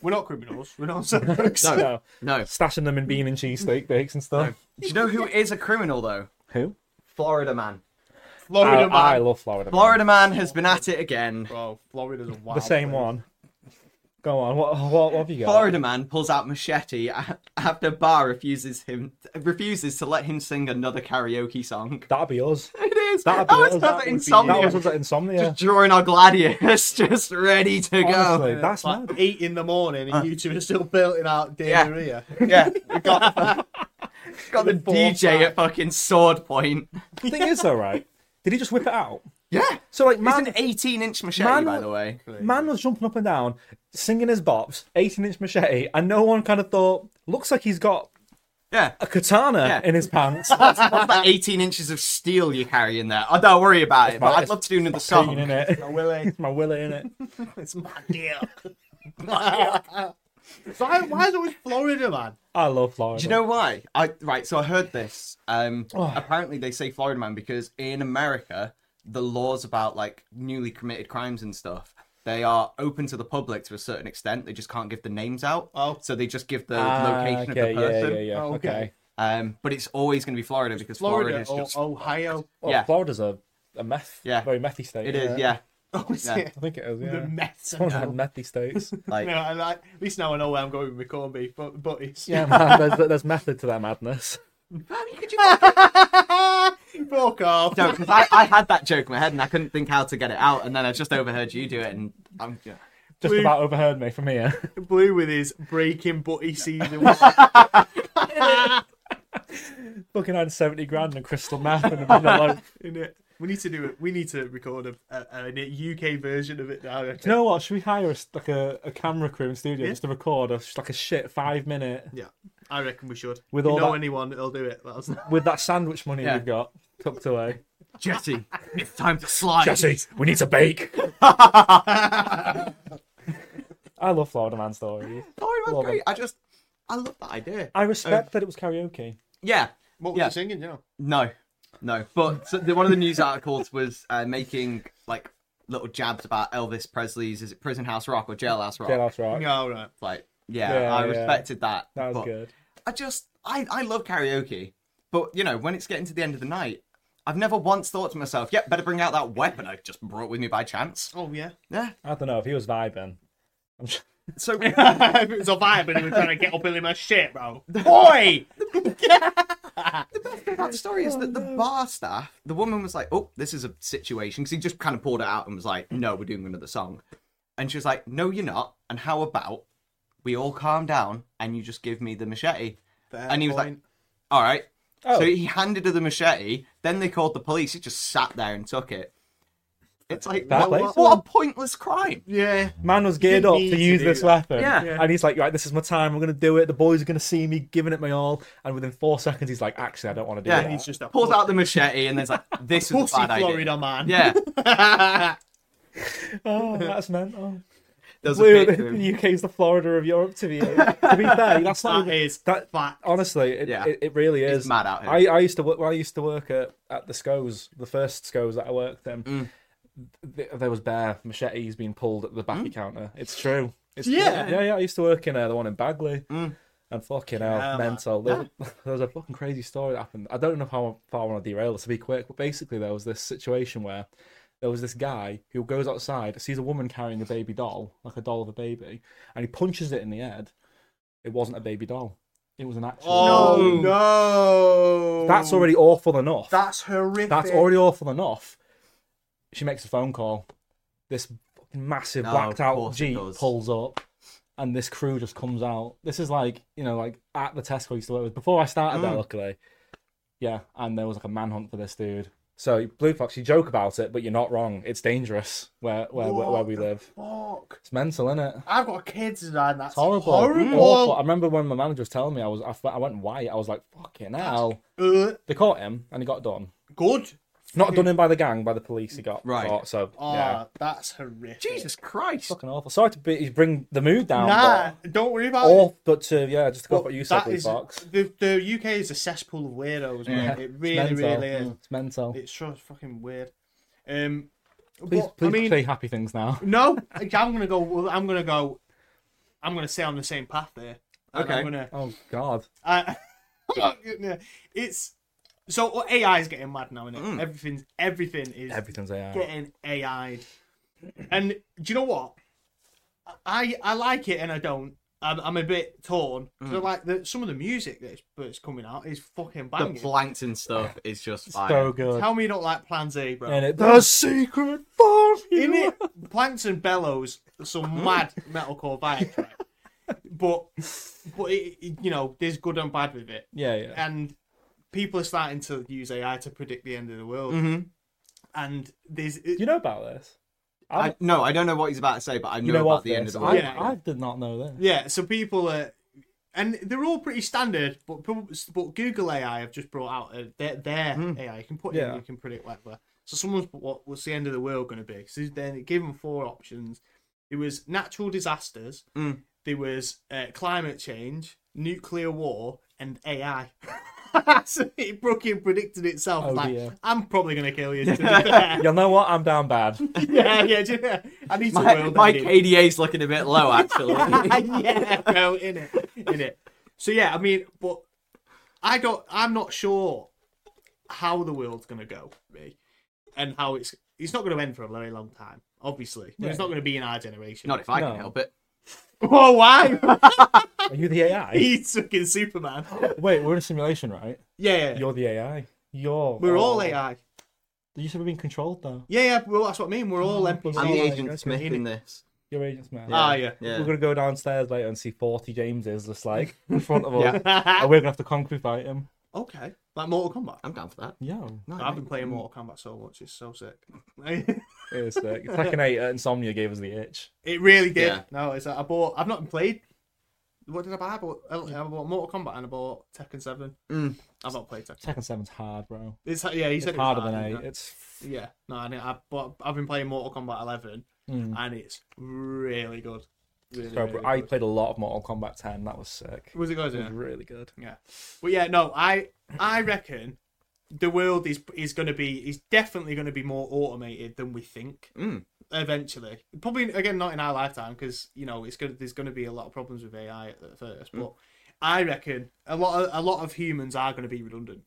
We're not criminals. We're not subjects.
No.
No.
No.
Stashing them in bean and cheese steak bakes and stuff.
Do you know who is a criminal though?
Who?
Florida man.
I,
Florida
Oh, I
man.
love Florida. man.
Florida man has been at it
Oh,
again.
Bro, Florida's a wild.
The same
place.
one. Go on. What, what, what have you got?
Florida man pulls out machete a- after bar refuses him refuses to let him sing another karaoke song.
That'd be us.
It is.
That'd be
oh, it's
us.
another
That
insomnia.
That was us at Insomnia.
Just drawing our gladiators, just ready to
Honestly,
go.
that's
Like
mad.
eight in the morning,
Uh.
and you two are still belting out diarrhea.
Yeah, we got, got the
Four
DJ at fucking sword point.
The thing is, though, right? Did he just whip it out?
Yeah,
So, like,
it's
man,
an 18 inch machete,
man-
by the way.
man was jumping up and down, singing his bops, 18 inch machete, and no one kind of thought, looks like he's got
Yeah,
a katana
Yeah.
in his pants.
what's that 18 inches of steel you carry in there? I don't worry about it, but
my-
I'd love to do another
Pain
song.
in it.
Now, Willie,
My willy in it.
it's my deal. why, why is it always Florida man?
I love Florida.
Do you know why? I right. So I heard this. Um,
Oh.
Apparently, they say Florida man because in America, the laws about like newly committed crimes and stuff. They are open to the public to a certain extent. They just can't give the names out.
Oh.
So they just give the
Ah,
location
okay,
of the person.
Yeah, yeah, yeah.
Oh,
okay.
okay.
Um, but it's always going to be Florida because Florida,
Florida,
is
or
Oh,
just
Ohio?
Well,
Yeah.
Florida's a, a meth,
Yeah.
very methy state.
it
isn't
is. Yeah,
Oh, is
Yeah.
it?
I think it is,
The
yeah.
mess.
One of the methy states.
like
No, I like, at least now I know where I'm going with my corned beef but, butties.
yeah, man, there's, there's method to that madness.
Fuck off.
no, because I, I had that joke in my head and I couldn't think how to get it out, and then I just overheard you do it, and I'm yeah.
Just
We've-
about overheard me from here.
Blue with his breaking butty season.
Fucking had 70 grand in crystal meth and a minute like,
innit? We need to do it. We need to record a, a, a UK version of it now. I
Do you know what? Should we hire us like a, a camera crew in studio
Yeah.
just to record us like a shit five minute
Yeah, I reckon we should.
With
If you
all
know
that-
anyone, they'll do it. That's...
with that sandwich money
Yeah.
we've got tucked away?
Jesse, it's time to slide.
we need to bake. I love Florida Man stories.
Oh, it was
Love
great.
it.
I just, I love that idea.
I
Oh.
respect that it was karaoke.
Yeah.
What was
Yeah.
you singing? You know,
No, no. But so the, one of the news articles was uh, making like little jabs about Elvis Presley's is it Prison House Rock or Jailhouse Rock?
Yeah, that's right.
yeah, all right.
Like, yeah,
Yeah,
I
yeah.
respected that.
That was
but
good.
I just, I, I love karaoke, but you know, when it's getting to the end of the night. I've never once thought to myself, "Yep, better bring out that weapon I just brought with me by chance."
Oh yeah.
Yeah.
I don't know if he was vibing.
So
if it was a vibe and he was trying to get up in my shit, bro. Boy,
Now, the story is that the bar staff, the woman was like, "Oh, this is a situation," because he just kind of poured it out and was like, "No, we're doing another song," and she was like, "No, you're not." And how about we all calm down and you just give me the machete? and he was like, "All right."
Oh.
So he handed her the machete. Then they called the police. He just sat there and took it. It's like
That
what,
place?
what a pointless crime.
"Yeah,
Man was geared up
need
to
to
use
do
this
that.
weapon.
Yeah. Yeah.
And he's like, right, this is my time. I'm going to do it. The boys are going to see me giving it my all. And within four seconds, he's like, actually, I don't want to do
Yeah.
that.
And he's just a
Pulls out the machete and there's like, "This is a
pussy
bad idea."
Florida man."
Yeah,
Oh, that's mental.
there's a
Blue,
bit to him.
the UK's the Florida of Europe to be. to be fair, that's not
that
even-
is
that-
that fact.
honestly, it,
Yeah.
it, it really is.
It's mad out here.
I, I used to work. Well, I used to work at, at the SCOs, the first SCOs that I worked in. Th- there was bare machetes being pulled at the backy counter. It's true. It's
Yeah.
true. yeah, yeah. I used to work in uh, the one in Bagley, and fucking hell,
Yeah, man.
mental. There, was, there was a fucking crazy story that happened. I don't know how far I want to derail this to be quick, but basically there was this situation where there was this guy who goes outside, sees a woman carrying a baby doll, like a doll of a baby, and he punches it in the head. It wasn't a baby doll. It was an actual.
Oh no,
That's already awful enough.
Oh. that's horrific.
That's already awful enough. She makes a phone call. This fucking massive
No,
blacked
of
out
course it
Jeep
does.
pulls up and this crew just comes out. This is like, you know, like at the Tesco I used to work with before I started
Mm.
there, luckily. Yeah, and there was like a manhunt for this dude. So Blue Fox, you joke about it, but you're not wrong. It's dangerous where where where, where
What
we
the
live.
Fuck.
It's mental, is it?
I've got kids and that's
Horrible,
horrible. horrible.
awful. I remember when my manager was telling me I was I, f- I went white. I was like, fucking hell.
Uh,
They caught him and he got done.
good.
Not done in by the gang, by the police. He got
Right.
caught, so
Oh,
yeah,
that's horrific.
Jesus Christ.
fucking awful. Sorry to be, bring the mood down.
Nah,
but-
don't worry about it.
Or, but to, yeah, just to go off
But
what you said,
that
please,
is-
Fox.
The, the UK is a cesspool of weirdos, man. It really,
it's mental.
really is.
It's mental.
It's so fucking weird. Um,
Please,
but,
please
I mean,
say happy things now.
no, I'm gonna go. well, I'm gonna go. I'm gonna stay on the same path there. And
Okay.
I'm gonna.
Oh God.
I- I'm not gonna- it's so well, AI is getting mad now, isn't it?
Mm.
Everything's everything is
Everything's AI.
getting AI'd. And do you know what? I I like it and I don't. I'm, I'm a bit torn. 'Cause I like the, some of the music that's that's coming out is fucking
The
banging.
plankton stuff is just fire.
So good.
Tell me you don't like Plan Z, bro.
And it, the secret
in
formula.
it, Plankton bellows some mad metalcore vibe, track. but but it, it- you know there's good and bad with it,
Yeah, yeah.
and people are starting to use AI to predict the end of the world,
Mhm.
and there's
Do you know about this?
I, no, I don't know what he's about to say, but I know,
you know
about
what?
the end of the
I,
world.
Yeah.
I did not know this.
yeah, so people are. And they're all pretty standard, but prob- but Google AI have just brought out a, their, their AI. You can put
Hmm. Yeah.
in, you can predict whatever. So someone's put what what's the end of the world going to be? So then it gave them four options. It was natural disasters.
Hmm.
Mm.
There was uh, climate change, nuclear war, and AI. so it fucking predicted itself.
Oh,
like
dear.
I'm probably going to kill you. To be fair.
You know what? I'm down bad.
yeah, yeah, yeah. I need to
My,
world
my
ending.
KDA's looking a bit low, actually.
yeah, bro, in it, in it. So yeah, I mean, but I don't. I'm not sure how the world's gonna go, me, and how it's. It's not gonna end for a very long time. Obviously, it's not gonna be in our generation.
Not if I can
No.
help it.
Oh, why?
Are you the AI?
He's fucking Superman.
Wait, we're in a simulation, right?
Yeah, yeah.
You're the AI. You're.
we're all
oh.
AI.
You said we're being controlled though.
Yeah, yeah. Well, that's what I mean. We're all NPCs.
I'm
Oh,
the
like,
Agent
that's
Smith in this.
Your agent's man.
Ah, yeah.
Yeah.
We're gonna go downstairs later and see forty Jameses just like in front of us,
Yeah.
and we're gonna have to concrete fight him.
Okay. Like Mortal Kombat.
I'm down for that.
Yeah,
No,
I've
mate.
been playing Mortal Kombat so much. It's so sick.
it was sick. Tekken Eight at Insomnia gave us the itch.
It really did.
Yeah.
No, it's like I bought. I've not played. What did I buy? I bought, I bought Mortal Kombat and I bought Tekken Seven.
Mm.
I've not played Tekken.
Tekken Seven's hard, bro.
It's yeah, he said
It's
it was
harder
hard,
than
didn't
eight.
it?
It's
Yeah, no, I, didn't- I but I've been playing Mortal Kombat Eleven
Mm.
and it's really good. Really,
so.
really
I
good.
played a lot of Mortal Kombat Ten. That was sick.
was it good?
It
Yeah.
was really good.
yeah, but yeah, no, I I reckon the world is is going to be is definitely going to be more automated than we think.
Mm.
eventually. Probably again not in our lifetime because you know it's going there's going to be a lot of problems with AI at, at first. But I reckon a lot of, a lot of humans are going to be redundant.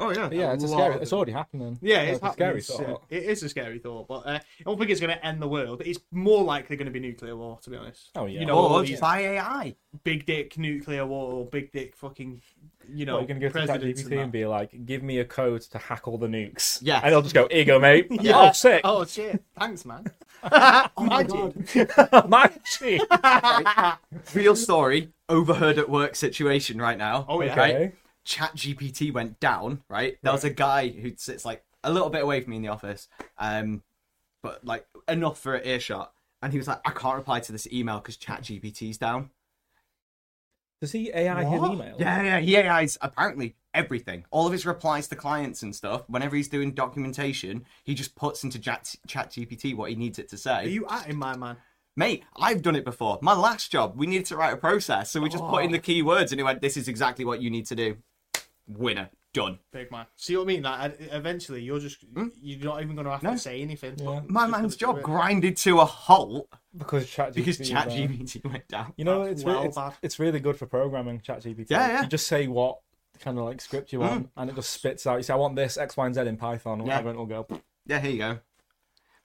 Oh, yeah.
But yeah, it's a
lot
scary.
of
It's
them.
already happening.
Yeah,
Like,
it's,
a
happening.
scary
It's, uh,
thought.
It is a scary thought, but uh, I don't think it's going to end the world. It's more likely going to be nuclear war, to be honest.
Oh, yeah.
you know, all
Or
these
by AI.
big dick nuclear war, or big dick fucking, you know,
What, you're gonna go to
presidents
ChatGPT and,
and that.
be like, "Give me a code to hack all the nukes."
Yes.
and they'll just go, "Here you go, mate." Oh, sick.
Oh shit! Thanks, man. Oh Imagine.
Magic.
Real story, overheard at work situation right now.
Oh, yeah.
Right?
Okay.
Chat GPT went down, right? There was a guy who sits like a little bit away from me in the office, um, but like enough for an earshot. And he was like, I can't reply to this email because Chat GPT's down.
Does he AI his
What?
email?
Yeah, yeah, he AI's apparently everything. All of his replies to clients and stuff, whenever he's doing documentation, he just puts into Chat, Chat GPT what he needs it to say.
Are you atting my man?
Mate, I've done it before. My last job, we needed to write a process, so we just put in the keywords, and it went, "This is exactly what you need to do." Winner, done.
Big man. See what I mean? Like, I- eventually, you're just you're not even going to have
No.
to say anything.
Yeah.
My man's job grinded to a halt
Because ChatGPT.
because
is there.
ChatGPT went down.
You know,
That's
it's,
well
re- it's
bad.
it's really good for programming ChatGPT.
Yeah, yeah. Mm.
You just say what kind of like script you want, and it just spits out. You say, "I want this X, Y, and Z in Python," or
Yeah.
whatever, and it'll go.
Yeah, here you go.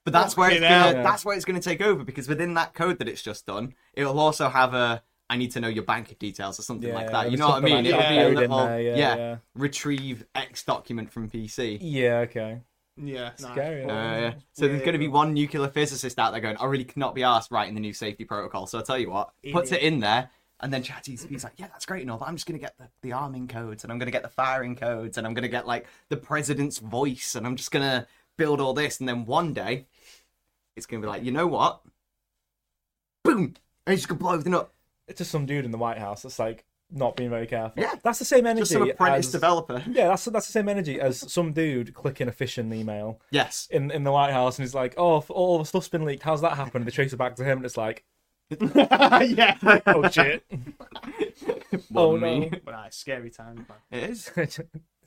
But that's where it's
Fucking hell.
gonna, that's where it's going to take over because within that code that it's just done, it'll also have a "I need to know your bank details" or something like
Yeah,
that. You
there's
know what I
something
mean?
like
It'll
that
be a
code in
little
there, yeah, yeah.
retrieve X document from PC.
Yeah. Okay.
Yeah, nah.
Scary.
Uh,
that.
yeah. So there's going to be one nuclear physicist out there going, I really cannot be asked writing the new safety protocol. So I'll tell you what, puts it in there, and then ChatGPT's like, yeah, that's great and all, but I'm just going to get the, the arming codes, and I'm going to get the firing codes, and I'm going to get like the president's voice, and I'm just going to build all this. And then one day, it's going to be like, you know what? Boom! And it's just going to blow everything up.
It's just some dude in the White House that's like, not being very careful.
Yeah.
that's the same energy.
Just an apprentice
as-
developer.
Yeah, that's that's the same energy as some dude clicking a phishing email
Yes.
in in the White House, and he's like, "Oh, f- all the stuff's been leaked. How's that happened?" They trace it back to him, and it's like,
yeah.
"Oh shit,
More
oh
than
no."
me.
But aye, scary times, man.
It is.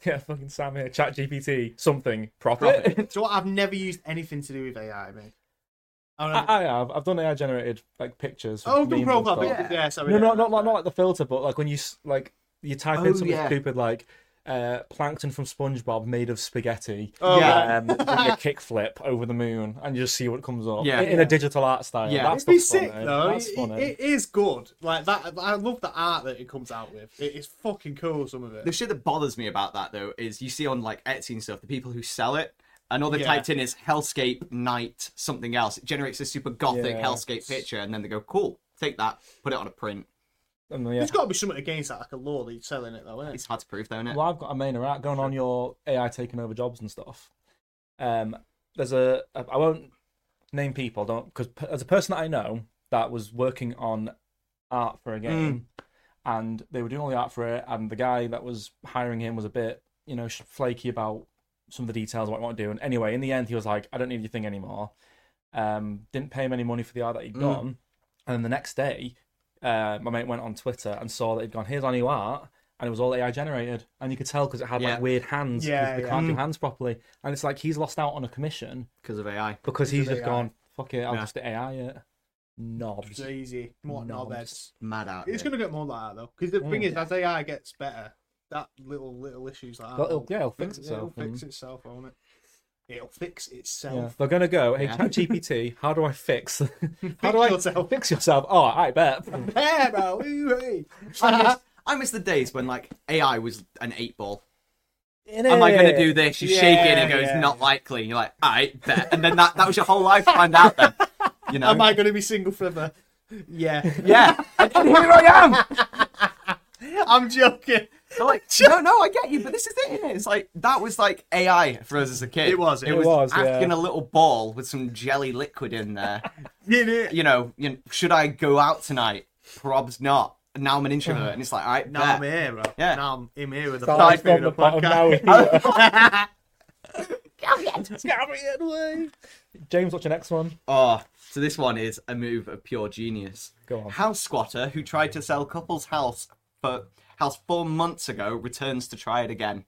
yeah, fucking Sam here. Chat GPT, something profit.
Profit.
So what? I've never used anything to do with AI, mate. I don't know.
I, I have. I've done AI generated like pictures.
oh,
memes
the
and
robot.
stuff.
Yeah. yeah, sorry.
No,
yeah.
no, not like not like the filter, but like when you s- like you type
Oh,
in something
yeah.
stupid like uh, plankton from SpongeBob made of spaghetti.
Oh,
Yeah.
right.
Um, doing a kickflip over the moon, and you just see what comes up.
Yeah.
in, in a digital art style. Yeah,
Yeah.
that's
It'd be sick
funny.
though.
uh, That's
It-
funny.
it is good. Like that. I love the art that it comes out with. It is fucking cool. Some of it.
The shit that bothers me about that though is you see on like Etsy and stuff the people who sell it. And all they
Yeah.
typed in is hellscape night something else. It generates a super gothic
Yeah.
hellscape picture, and then they go, "Cool, take that, put it on a print."
And, uh, yeah.
There's got to be something against that, like a law that you're selling it though, isn't
It's
it?
hard to prove though, is
Well, I've got a main art going on your AI taking over jobs and stuff. Um, there's a I I won't name people, don't because there's a person that I know that was working on art for a game, and they were doing all the art for it, and the guy that was hiring him was a bit you know sh- flaky about some of the details of what he wanted to do. And anyway, in the end, he was like, "I don't need your thing anymore." Um, didn't pay him any money for the art
Mm.
that he'd done, and then the next day, uh, my mate went on Twitter and saw that he'd gone, "Here's our new art." And it was all AI generated, and you could tell because it had
Yeah. Mm.
like weird hands. 'cause
Yeah,
they
yeah.
can't do hands properly, and it's like he's lost out on a commission
because of AI.
because
Because
he's
of
just
AI.
gone, fuck it, I'll
Yeah.
just AI it. Knobs.
It's easy. More
Knobs.
knobheads.
Mad out.
It's
here.
gonna get more like that though, because the
Mm.
thing is, as AI gets better, that little little issues like
But
that,
it'll, yeah, it'll
will- Mm,
fix itself.
It'll fix
and-
itself, won't it? It'll fix
yeah.
itself.
They're gonna go, hey,
Yeah.
ChatGPT, how do I fix? how do I
yourself.
fix yourself? Oh, I bet.
Yeah, bro. ooh, hey.
I miss, I miss the days when like AI was an eight ball.
Am
Am I going to do this? You shake it and it
Yeah,
goes,
yeah.
not likely. And you're like, I bet. And then that, that was your whole life planned out then. You know?
Am I gonna be single forever? Yeah,
Yeah. And, and here I am.
I'm joking.
They're like, no, no, I get you, but this is it. innit? It's like, that was like AI for us as a kid.
It was,
It,
it
was,
was, yeah.
asking a little ball with some jelly liquid in there.
You know,
you, know, you know, should I go out tonight? Probs not. And now I'm an introvert. And it's like, all right,
Now I'm
bet.
here, bro.
Yeah.
Now I'm in here with a
Started
pipe in
from
the
the bottom, now
podcast.
we're here. Scary anyway. James, what's your next one?
Oh, so this one is a move of pure genius.
Go on.
House squatter who tried to sell couple's house for house four months ago returns to try it again.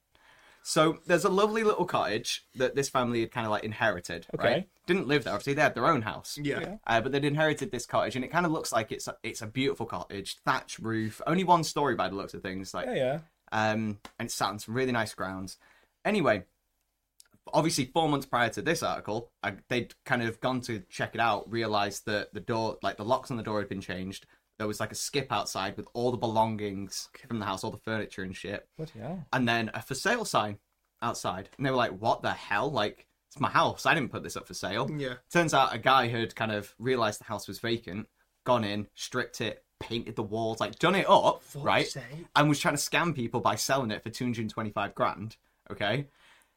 So there's a lovely little cottage that this family had kind of like inherited. Right?
Okay.
Didn't live there. Obviously, they had their own house.
Yeah.
Uh, but they'd inherited this cottage, and it kind of looks like it's a, it's a beautiful cottage, thatch roof, only one story by the looks of things. Like
Yeah, yeah.
um, and it's sat on some really nice grounds. Anyway, obviously, four months prior to this article, I, they'd kind of gone to check it out, realized that the door, like the locks on the door, had been changed. There was like a skip outside with all the belongings from the house, all the furniture and shit,
Bloody hell.
and then a for sale sign outside. And they were like, "What the hell? Like, it's my house. I didn't put this up for sale."
Yeah.
Turns out a guy had kind of realized the house was vacant, gone in, stripped it, painted the walls, like done it up, right?
sake.
And was trying to scam people by selling it for 225 grand. Okay.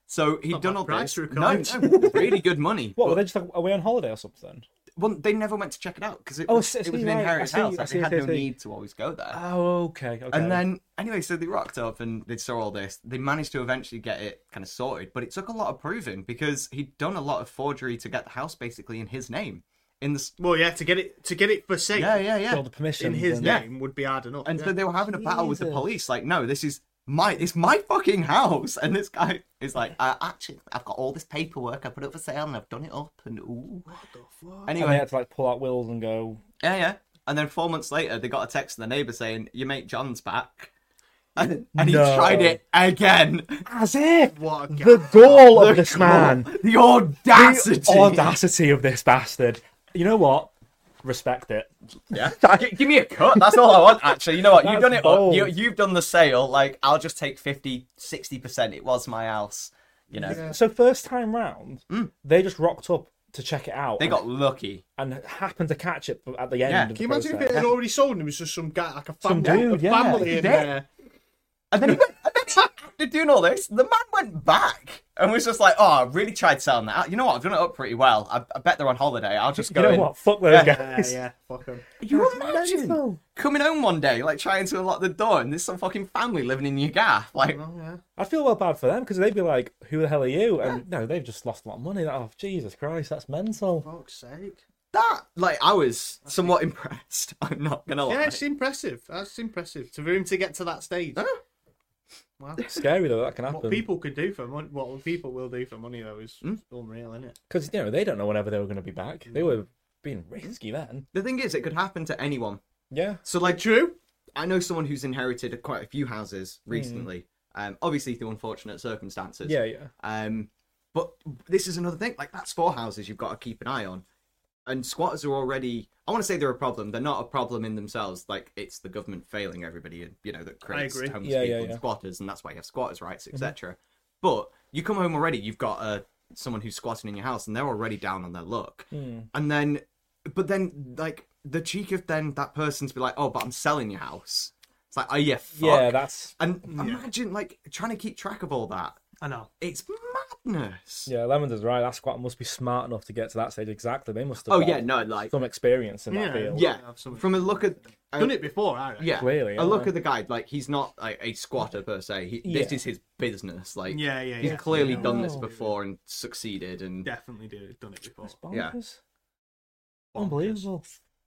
So he'd done
bad
all this.
price for a
No,
cottage.
no, really good money.
What, were
but-
they just like, away on holiday or something?
well, they never went to check it out because it,
Oh,
was
I
it
see,
was an
right, I
inherited
see,
house.
I
Like,
see,
they
I
had
see, I
no
see.
need to always go there.
Oh, okay. okay.
And then, anyway, so they rocked up and they saw all this. They managed to eventually get it kind of sorted, but it took a lot of proving because he'd done a lot of forgery to get the house basically in his name. In the s-
Well, yeah, to get it to get it for sale
yeah, yeah, yeah.
all the permission
in his
and,
Yeah.
name would be hard enough.
And
yeah.
so they were having a battle with the
Jesus.
police. Like, no, this is my it's my fucking house. And this guy is like, uh, actually, I've got all this paperwork. I put it for sale and I've done it up. And ooh.
what the fuck?
and they
Anyway,
had to like pull out wills and go,
yeah, yeah. And then four months later, they got a text from the neighbor saying, "Your mate John's back," and, and
No.
he tried it again.
as if
What a guy.
the gall of this man,
the audacity!
the audacity of this bastard. You know what? Respect it.
Yeah. G- give me a cut. That's all I want. Actually, you know what? You've
That's
done it. Up.
bold.
You, you've done the sale. Like, I'll just take 50, 60 percent. It was my house. You know,
So first time round, they just rocked up to check it out.
they got lucky.
and happened to catch it at the end.
Yeah.
of the
Can you imagine if
process.
it had already sold and it was just some guy, like a
Some
family,
dude,
a
yeah.
family in
Yeah.
there?
And then, he went, and then after doing all this, the man went back and was just like, "Oh, I really tried selling that. out. You know what? I've done it up pretty well. I, I bet they're on holiday. I'll just go."
You know
in."
what? Fuck those
Yeah.
Yeah,
guys.
Uh, yeah, fuck 'em.
You
That's
imagine
mental.
coming home one day, like trying to unlock the door, and there's some fucking family living in your gaff. Like,
Mm-hmm.
Well, Oh, yeah.
I feel well bad for them because they'd be like, "Who the hell are you?" And no, they've just lost a lot of money. Oh, Jesus Christ, that's mental.
Fuck's sake.
that like I was somewhat impressed. I'm not gonna lie.
Yeah, it's impressive. That's impressive. To for him to get to that stage.
Huh?
Wow.
Scary though that can
What
happen
people could do for money, what people will do for money though,
Hmm?
is unreal, isn't it?
because you know they don't know whenever they were going to be back. They were being risky then.
The thing is, it could happen to anyone.
Yeah,
So like,
True.
I know someone who's inherited quite a few houses recently. Um, obviously through unfortunate circumstances.
Hmm. yeah, yeah.
Um, but this is another thing. Like that's four houses you've got to keep an eye on. And squatters are already. I want to say they're a problem. They're not a problem in themselves. Like it's the government failing everybody, and you know that creates
agree.
homeless
Yeah, yeah,
people and
yeah. Mm-hmm.
squatters, and that's why you have squatters' rights, etc. But you come home already, you've got uh, someone who's squatting in your house, and they're already down on their luck.
Hmm.
And then, but then like the cheek of then that person to be like, oh, but I'm selling your house. It's like, oh yeah, fuck.
Yeah, that's
and imagine like trying to keep track of all that.
I know.
It's madness.
yeah. Lemonder's right. That squad must be smart enough to get to that stage exactly. They must have.
Oh
got
yeah, no, like
some experience in that
Yeah.
field.
yeah.
Absolutely.
From a look at a-
Done it before, I reckon.
yeah,
Clearly,
a look
yeah.
at the guy. Like he's not like a squatter per se. He, This
Yeah.
is his business. Like
Yeah, yeah,
he's
yeah.
clearly
Yeah.
done this
Oh.
before and succeeded. And
Definitely do done it before.
Bonkers.
Yeah.
Bonkers.
Unbelievable.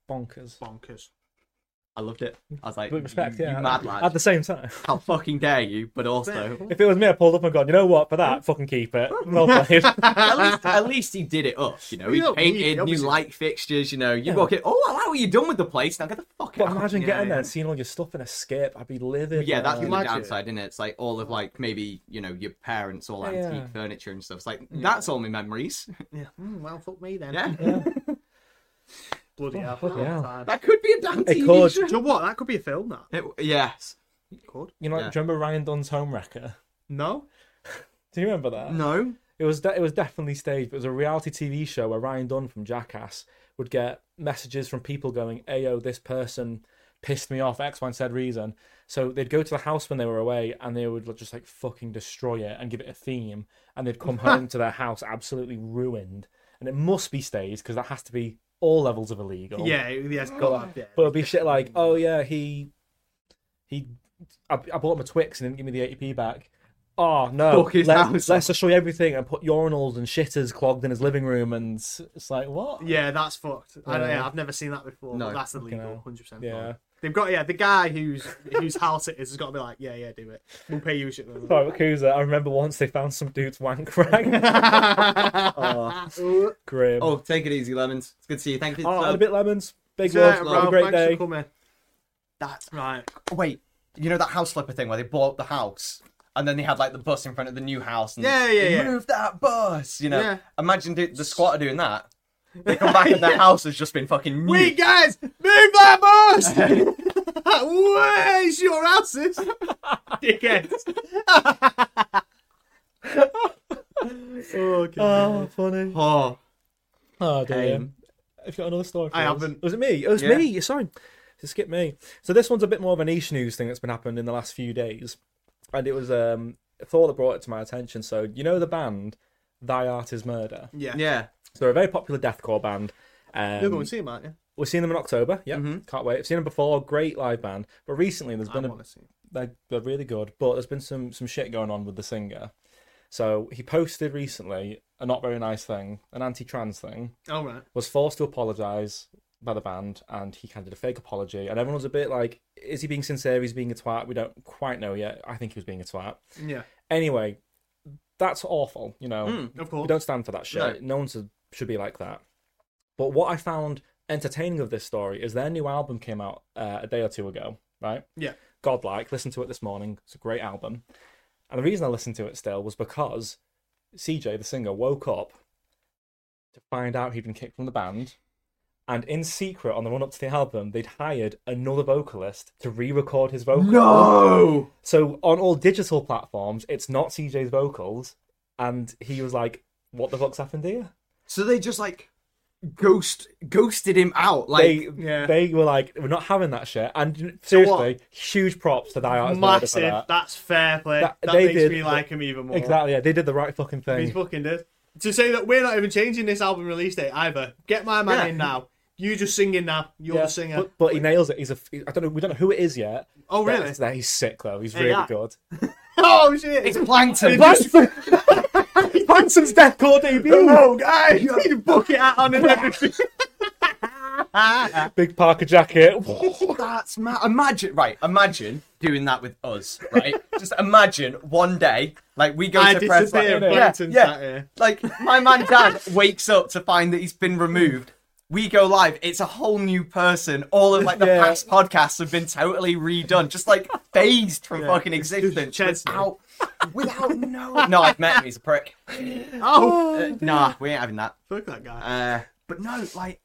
Bonkers.
Bonkers.
I loved it. I was like,
But respect,
you,
yeah.
you mad
At
lad.
the same time.
How fucking dare you? But also,
If it was me, I pulled up and gone, you know what, for that, fucking keep it. Well played.
at least at least he did it up. You know,
You
he
don't need-
painted new
obviously-
light fixtures. You know, you walk in. Oh, I like what you've done with the place. Now get the fuck
but
out.
imagine
Yeah,
getting there
yeah.
and seeing all your stuff in a skip. I'd be livid.
Yeah, that's
man.
the
Imagine.
downside, isn't it? It's like all of like maybe you know your parents all
Yeah,
antique
yeah.
furniture and stuff. It's like that's all my memories.
Yeah. Mm, well, fuck me then. Oh,
Yeah,
Bloody hell.
Bloody hell.
Time.
that could be a damn
It
TV
could.
show.
Do you know what? That could be a film. That
It, yes.
could.
You know, like,
Yeah.
do you remember Ryan Dunn's Home Wrecker?
No.
Do you remember that?
No.
It was de- it was definitely staged, but it was a reality TV show where Ryan Dunn from Jackass would get messages from people going, "Ayo, this person pissed me off X, Y, and Z reason." So they'd go to the house when they were away, and they would just like fucking destroy it and give it a theme, and they'd come home to their house absolutely ruined. And it must be staged because that has to be all levels of illegal.
Yeah. Yes. God. Yeah.
But it'd be shit like, oh yeah, he he I, I bought him a Twix and he didn't give me the 80p back. Oh no,
Fuck his house
let's destroy everything and put urinals and shitters clogged in his living room and s- it's like what?
Yeah, that's fucked. I don't, yeah, I've never seen that before.
No.
but that's
hell.
illegal, hundred percent.
Yeah.
they've got yeah the guy who's whose house it is has got to be like yeah yeah do it. We'll pay you a shitload.
Sorry, Yakuza, I remember once they found some dude's wank rag.
Ooh.
Grim.
Oh, take it easy, lemons. It's good to see you. Thank you. For
oh
the
and a
sub.
bit lemons. Big
Yeah,
love. Have
Rob,
a great
thanks
day.
for coming.
That's-
Right.
oh, wait. You know that house flipper thing where they bought the house and then they had like the bus in front of the new house. And
Yeah, yeah,
they
yeah.
Move that bus. You know.
Yeah.
Imagine the, the squatter doing that. They come back and their house has just been fucking new.
Wait, guys, move that bus. Where's your houses, dickheads? oh, God.
Oh, funny.
Oh,
Oh dear.
Um,
I've got another story. For
I
us.
haven't.
Was it me? It was
Yeah.
me. Sorry, so skip me. So this one's a bit more of a niche news thing that's been happening in the last few days, and it was um Thor that brought it to my attention. So you know the band Thy Art Is Murder.
yeah.
yeah.
So they're a very popular deathcore band.
You'll go
Um,
and see him, aren't you?
we've seen them in October. Yeah, can't wait. I've seen them before. Great live band. But recently, there's
I
been a
want to see him.
they're, they're really good, but there's been some some shit going on with the singer. So he posted recently a not very nice thing, an anti-trans thing
All right.
was forced to apologise by the band and he kind of did a fake apology and everyone was a bit like is he being sincere is he being a twat we don't quite know yet i think he was being a twat
Yeah.
anyway that's awful you know
Of
we
course.
don't stand for that shit no, one should, should be like that but what i found entertaining of this story is their new album came out uh, a day or two ago right
Yeah.
godlike listened to it this morning it's a great album and the reason i listened to it still was because cj the singer woke up to find out he'd been kicked from the band. And in secret, on the run up to the album, they'd hired another vocalist to re record his vocals.
No.
So on all digital platforms, it's not CJ's vocals. And he was like, What the fuck's happened here?
So they just like ghost ghosted him out. Like
They
yeah.
they were like, we're not having that shit. And seriously, huge props to Die Artist Murder for
Massive.
that.
That's fair play. That,
That- they
makes
did-
me like him even more.
Exactly, yeah, they did the right fucking
He's
thing.
fucking dead. To say that we're not even changing this album release date either. Get my man
Yeah.
in now. You just singing now. You're
Yeah,
the singer.
But, but he nails it. He's a. I don't know. We don't know who it is yet.
oh really?
That's- that he's sick though. He's
Hey,
really
yeah.
good.
Oh shit!
it's plankton.
Branson, Branson's deathcore debut.
oh, guys,
You book it out on and everything.
Ah.
Big Parker jacket.
that's ma- imagine right. Imagine doing that with us, right? Just imagine one day, like we go
I
to press, like,
disappear in
yeah,
Plankton sat
yeah.
here.
Like my man Dad wakes up to find that he's been removed. We go live. It's a whole new person. All of like the
Yeah.
past podcasts have been totally redone, just like phased from fucking existence
Chesney.
without, without no. No, I've met him. He's a prick.
Oh,
Uh, nah, we ain't having that.
fuck that guy.
Uh, but no, like,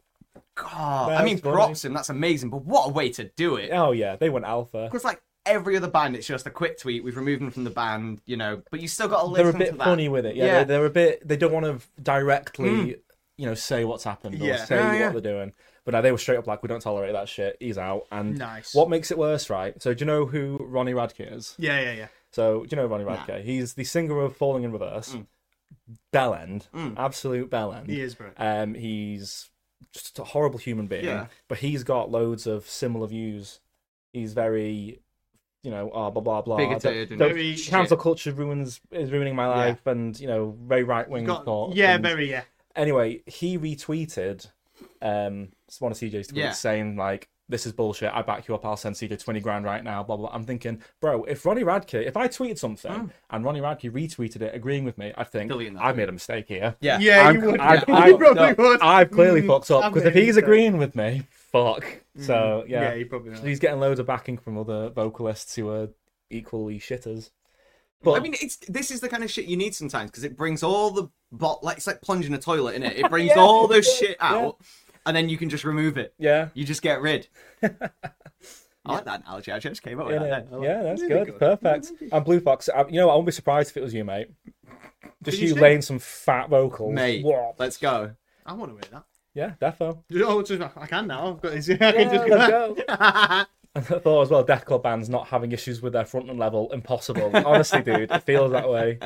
God, I
That's
mean,
funny.
props him. That's amazing. But what a way to do it.
oh yeah, they went alpha.
Because like every other band, it's just a quick tweet. We've removed them from the band, you know. But you still got to listen
They're a
to
bit
that.
funny with it. Yeah,
Yeah.
They're, they're a bit. They don't want to directly, you know, say what's happened or
Hmm. Yeah.
say
Yeah,
what
yeah.
they're doing. But no, they were straight up like, we don't tolerate that shit. He's out. And
Nice.
what makes it worse, right? So do you know who Ronnie Radke is?
Yeah, yeah, yeah. Mm.
So do you know Ronnie Radke? He's the singer of Falling in Reverse. Bell end, absolute bell end.
He is, bro.
Um, he's just a horrible human being,
Yeah.
but he's got loads of similar views. He's very, you know, oh, blah blah blah.
Bigoted
Don't-
and-
don't-
Very-
cancel culture ruins is ruining my life, and you know, very right wing
Got-
thoughts.
yeah,
and-
very yeah.
Anyway, he retweeted um it's one of CJ's tweets
Yeah.
saying like. This is bullshit. I back you up. I'll send CJ 20 grand right now. Blah, blah, blah. I'm thinking, bro, if Ronnie Radke, if I tweeted something
Hmm.
and Ronnie Radke retweeted it agreeing with me, I think
Billion.
I've made a mistake here.
Yeah.
Yeah,
I'm-
you would.
I'm-
you
I'm-
no,
probably would.
I've clearly fucked up
Hmm. I've
because if
made a
he's
mistake. Hmm.
agreeing with me, fuck. So
yeah.
yeah,
you probably would.
he's getting loads of backing from other vocalists who are equally shitters.
I mean, it's this is the kind of shit you need sometimes because it brings all the bot. Like it's like plunging a toilet in it. It brings
Yeah.
all the shit out, and then you can just remove it.
Yeah,
You just get rid. I like that analogy. I just came up with
yeah,
that. then. I like-
yeah, that's
really
good. perfect. And Blue Fox, I, you know, what, I wouldn't be surprised if it was you, mate. Just
Did you
you
sing?
laying some fat vocals,
Mate,
Whoa.
let's go.
I want to hear that.
Yeah, defo.
Oh, just, I can now. I've got this. I can just go
let's
back.
go. I thought as well, deathcore bands not having issues with their front and level, impossible. Honestly, dude, it feels that way.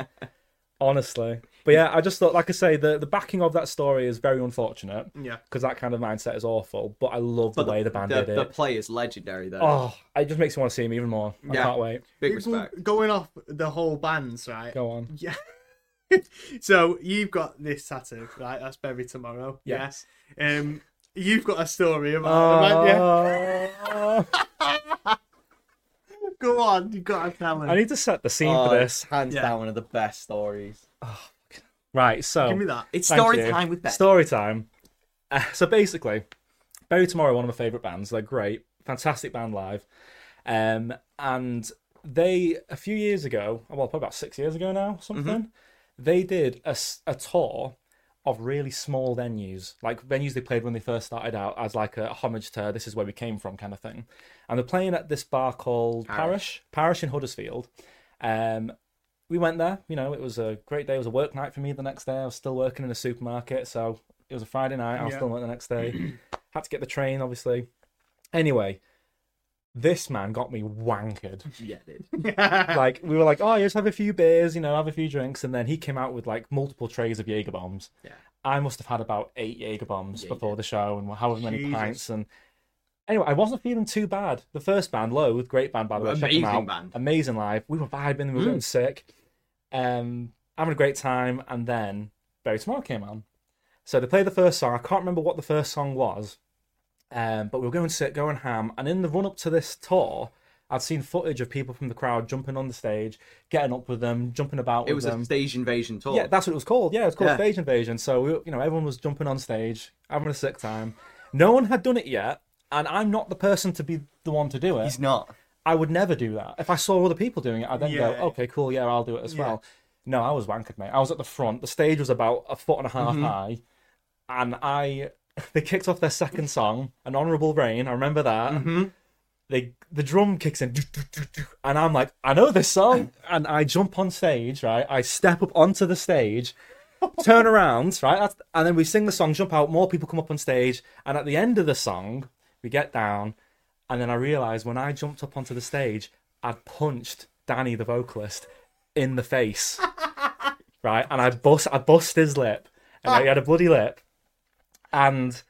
Honestly, but yeah, I just thought, like I say, the the backing of that story is very unfortunate
Yeah.
because that kind of mindset is awful. But I love the
But
way the band
the,
did
the
it.
play is legendary though.
Oh, it just makes me want to see him even more. I
Yeah.
can't wait.
Big
People
respect.
going off the whole bands, right?
Go on.
Yeah. so you've got this tattoo, right? That's buried tomorrow.
Yes.
Yeah. Um, you've got a story about it, right? Yeah.
Oh,
Go on, you got to tell
I
him.
need to set the scene
Oh,
for
it's
this.
hands
Yeah.
down one of the best stories.
Right, so
Give me that.
It's
Thank
story
you.
time with Ben.
Story time. Uh, so basically, Bury Tomorrow, one of my favourite bands. They're great, fantastic band live. Um, and they a few years ago, well, probably about six years ago
Mm-hmm.
now, something. They did a, s- a tour of really small venues, like venues they played when they first started out, as like a homage to "This is where we came from" kind of thing. And they're playing at this bar called Parish, Parish in Huddersfield. Um, we went there. You know, it was a great day. It was a work night for me the next day. I was still working in a supermarket, so it was a Friday night. I was
Yeah.
still working the next day. Had to get the train, obviously. Anyway, this man got me wankered.
Yeah, dude.
like we were like, oh, yeah, just have a few beers, you know, have a few drinks, and then he came out with like multiple trays of Jaeger bombs.
Yeah.
I must have had about eight Jaeger bombs
Yeah, you
before the show, and however many
Jesus.
pints and. Anyway, I wasn't feeling too bad. The first band, Loathe, great band by the way, check them
Amazing
out.
band. Hmm.
amazing live. We were vibing, we were getting sick, um, having a great time, and then Barry Tomorrow came on. So they played the first song. I can't remember what the first song was, um, but we were going sick, going ham. And in the run up to this tour, I'd seen footage of people from the crowd jumping on the stage, getting up with them, jumping about
It
with
was
them.
a stage invasion tour.
Yeah, that's what it was called. Yeah, it was called
Yeah.
Stage Invasion. So we, you know, everyone was jumping on stage, having a sick time. No one had done it yet, and I'm not the person to be the one to do it.
He's not.
I would never do that. If I saw other people doing it, I'd then
Yeah.
go, okay, cool, yeah, I'll do it as well. No, I was wankered, mate. I was at the front. The stage was about a foot and a half high, and I they kicked off their second song, "An Honourable Rain." I remember that. They the drum kicks in, and I'm like, I know this song, and I jump on stage, right? I step up onto the stage, turn around, right? That's, and then we sing the song, jump out, more people come up on stage, and at the end of the song, we get down, and then I realised when I jumped up onto the stage, I'd punched Danny the vocalist in the face, right? And I bust, I bust his lip, and he had a bloody lip, and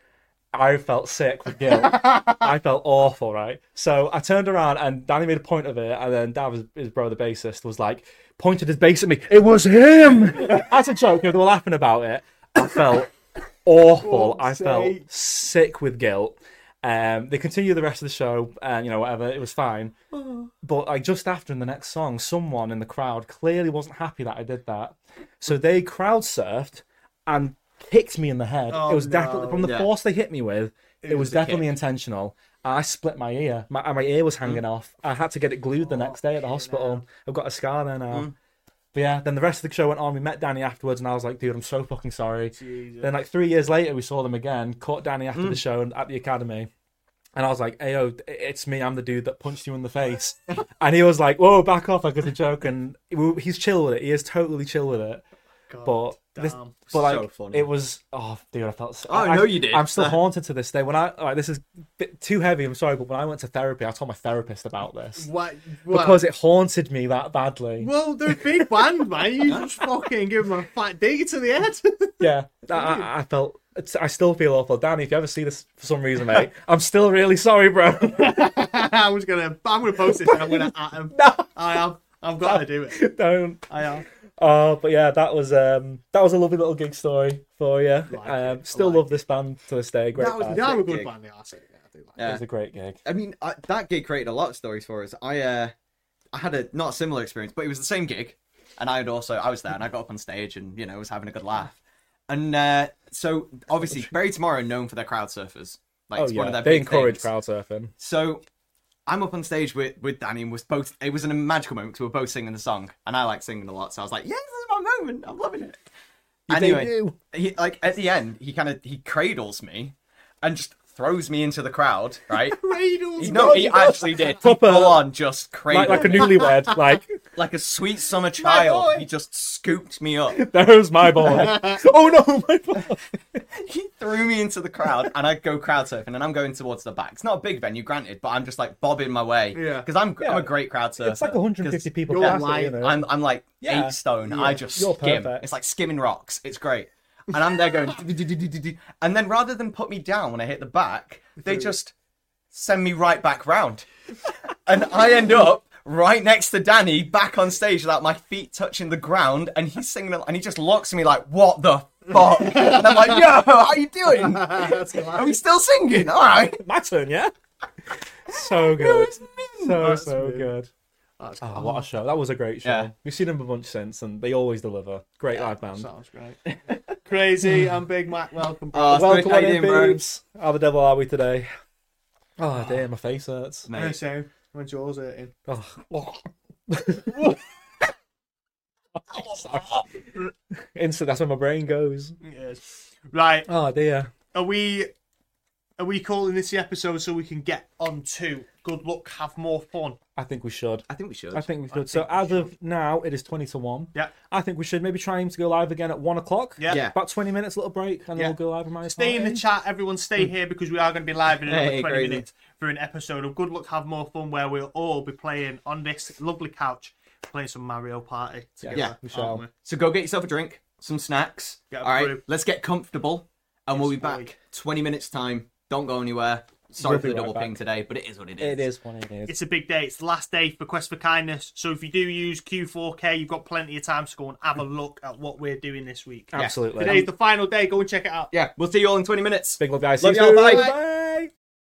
I felt sick with guilt. I felt awful, right? So I turned around and Danny made a point of it, and then Dav, his, his brother, the bassist, was like pointed his bass at me. It was him. As a joke, you know, they were laughing about it. I felt awful. I felt
sake.
sick with guilt. Um, they continued the rest of the show, and you know whatever, it was fine. But like just after in the next song, someone in the crowd clearly wasn't happy that I did that, so they crowd surfed and kicked me in the head.
Oh,
it was
no.
definitely from the
Yeah.
force they hit me with. It, was,
was a
definitely intentional. I split my ear. My, and my ear was hanging
Mm.
off. I had to get it glued the
Oh,
next day at the hospital. I've got a scar there now.
Mm.
But yeah, then the rest of the show went on. We met Danny afterwards, and I was like, dude, I'm so fucking sorry. Then, like, three years later, we saw them again, caught Danny after
Mm.
the show and at the academy. And I was like, hey, yo, it's me. I'm the dude that punched you in the face. and he was like, whoa, back off. Like, it's a joke. And we- he's chill with it. He is totally chill with it. But this,
damn.
but like
Oh, So funny.
it was oh dude, I felt. So,
Oh, no, you did.
I'm still haunted to this day. When I like this is a bit too heavy. I'm sorry, but when I went to therapy, I told my therapist about this
What?
because it haunted me that badly.
Well, they're a big band, man. You just fucking give them a fat dig to the head.
Yeah, I, I, I felt. it's- I still feel awful, Danny. If you ever see this for some reason, mate, I'm still really sorry, bro.
I was gonna, I'm gonna post this. And I'm gonna at him.
No.
I am. I've got to do it.
Don't.
I am.
Oh, but yeah, that was um that was a lovely little gig story for you.
Like
um,
it,
still
like
love this band to this day. Great
That was-
band.
They are a
sick
good
gig.
band. They are sick. Yeah, I do like.
It
Yeah.
was a great gig.
I mean, I, that gig created a lot of stories for us. I uh, I had a not a similar experience, but it was the same gig, and I had also I was there and I got up on stage and you know was having a good laugh, and uh, so obviously Barry Tomorrow are known for their crowd surfers. Like
Oh
it's
yeah,
one of their
they
big
encourage
things.
crowd surfing.
So I'm up on stage with with Danny and was both it was a magical moment because we were both singing the song and I like singing a lot, so I was like, yeah, this is my moment. I'm loving it. anyway,
Debut.
he, like at the end, he kind of he cradles me and just throws me into the crowd, right?
Cradles.
No,
God,
he
you got-
actually did. He
Proper-
full on just cradled
like, like a
me.
newlywed. Like
like a sweet summer
boy.
child. He just scooped me up.
there's my boy. oh no, my boy.
he threw me into the crowd, and I go crowd surfing, and I'm going towards the back. It's not a big venue, granted, but I'm just like bobbing my way.
Yeah.
because I'm
Yeah.
I'm a great crowd surfer.
It's like 150 people.
you're
passing,
lying.
you know.
I'm I'm like
Yeah.
eight stone. I just
You're
skim.
perfect.
It's like skimming rocks. It's great. And I'm there going, "Du-du-du-du-du-du." and then rather than put me down when I hit the back, they just send me right back round, and I end up right next to Danny back on stage without my feet touching the ground, and he's singing, and he just looks at me like, "What the fuck?" And I'm like, "Yo, how you doing?
That's
Are
hilarious.
we still singing? All right."
My turn, yeah. So good, so
That's
so
mean.
good.
That's
Oh, what a show! That was a great show.
Yeah.
We've seen them a bunch since, and they always deliver. Great live band.
Sounds great. Crazy. I'm Big Mac. Welcome.
Oh, it's
Welcome
good. How
on
you
in,
doing, bro?
babes. How the devil are we today? Oh, dear, my face hurts.
Hey,
Mate,
so my jaw's hurting.
Oh. Instant. That's where my brain goes.
Mm. Yes. Right.
Oh dear.
Are we? Are we calling this the episode so we can get on to good luck, have more fun?
I think we should.
I think we should.
I think we should. so as of now, it is twenty to one.
Yeah.
I think we should maybe try aim to go live again at one o'clock.
Yeah.
Yeah.
About twenty minutes, little break, and
Yeah.
then we'll go live on my.
Stay in the
party.
chat, everyone. Stay here because we are going to be live in another
Hey,
20
crazy.
minutes for an episode of Good Luck Have More Fun, where we'll all be playing on this lovely couch, playing some Mario Party together.
Yeah,
we shall.
aren't
So go get yourself a drink, some snacks.
Get a
All right,
brew.
let's get comfortable, and we'll be
Yes, boy.
back 20 minutes time. Don't go anywhere. Sorry
We'll
for
be
the
right
double
back.
ping today, but it is what it is.
It is what it is.
It's a big day. It's the last day for Quest for Kindness. So if you do use Q4K, you've got plenty of time to go and have a look at what we're doing this week.
Absolutely.
Today's the final day. Go and check it out.
Yeah, we'll see you all in 20 minutes.
Big love, guys.
Love
See you
y'all.
soon.
Bye.
Bye.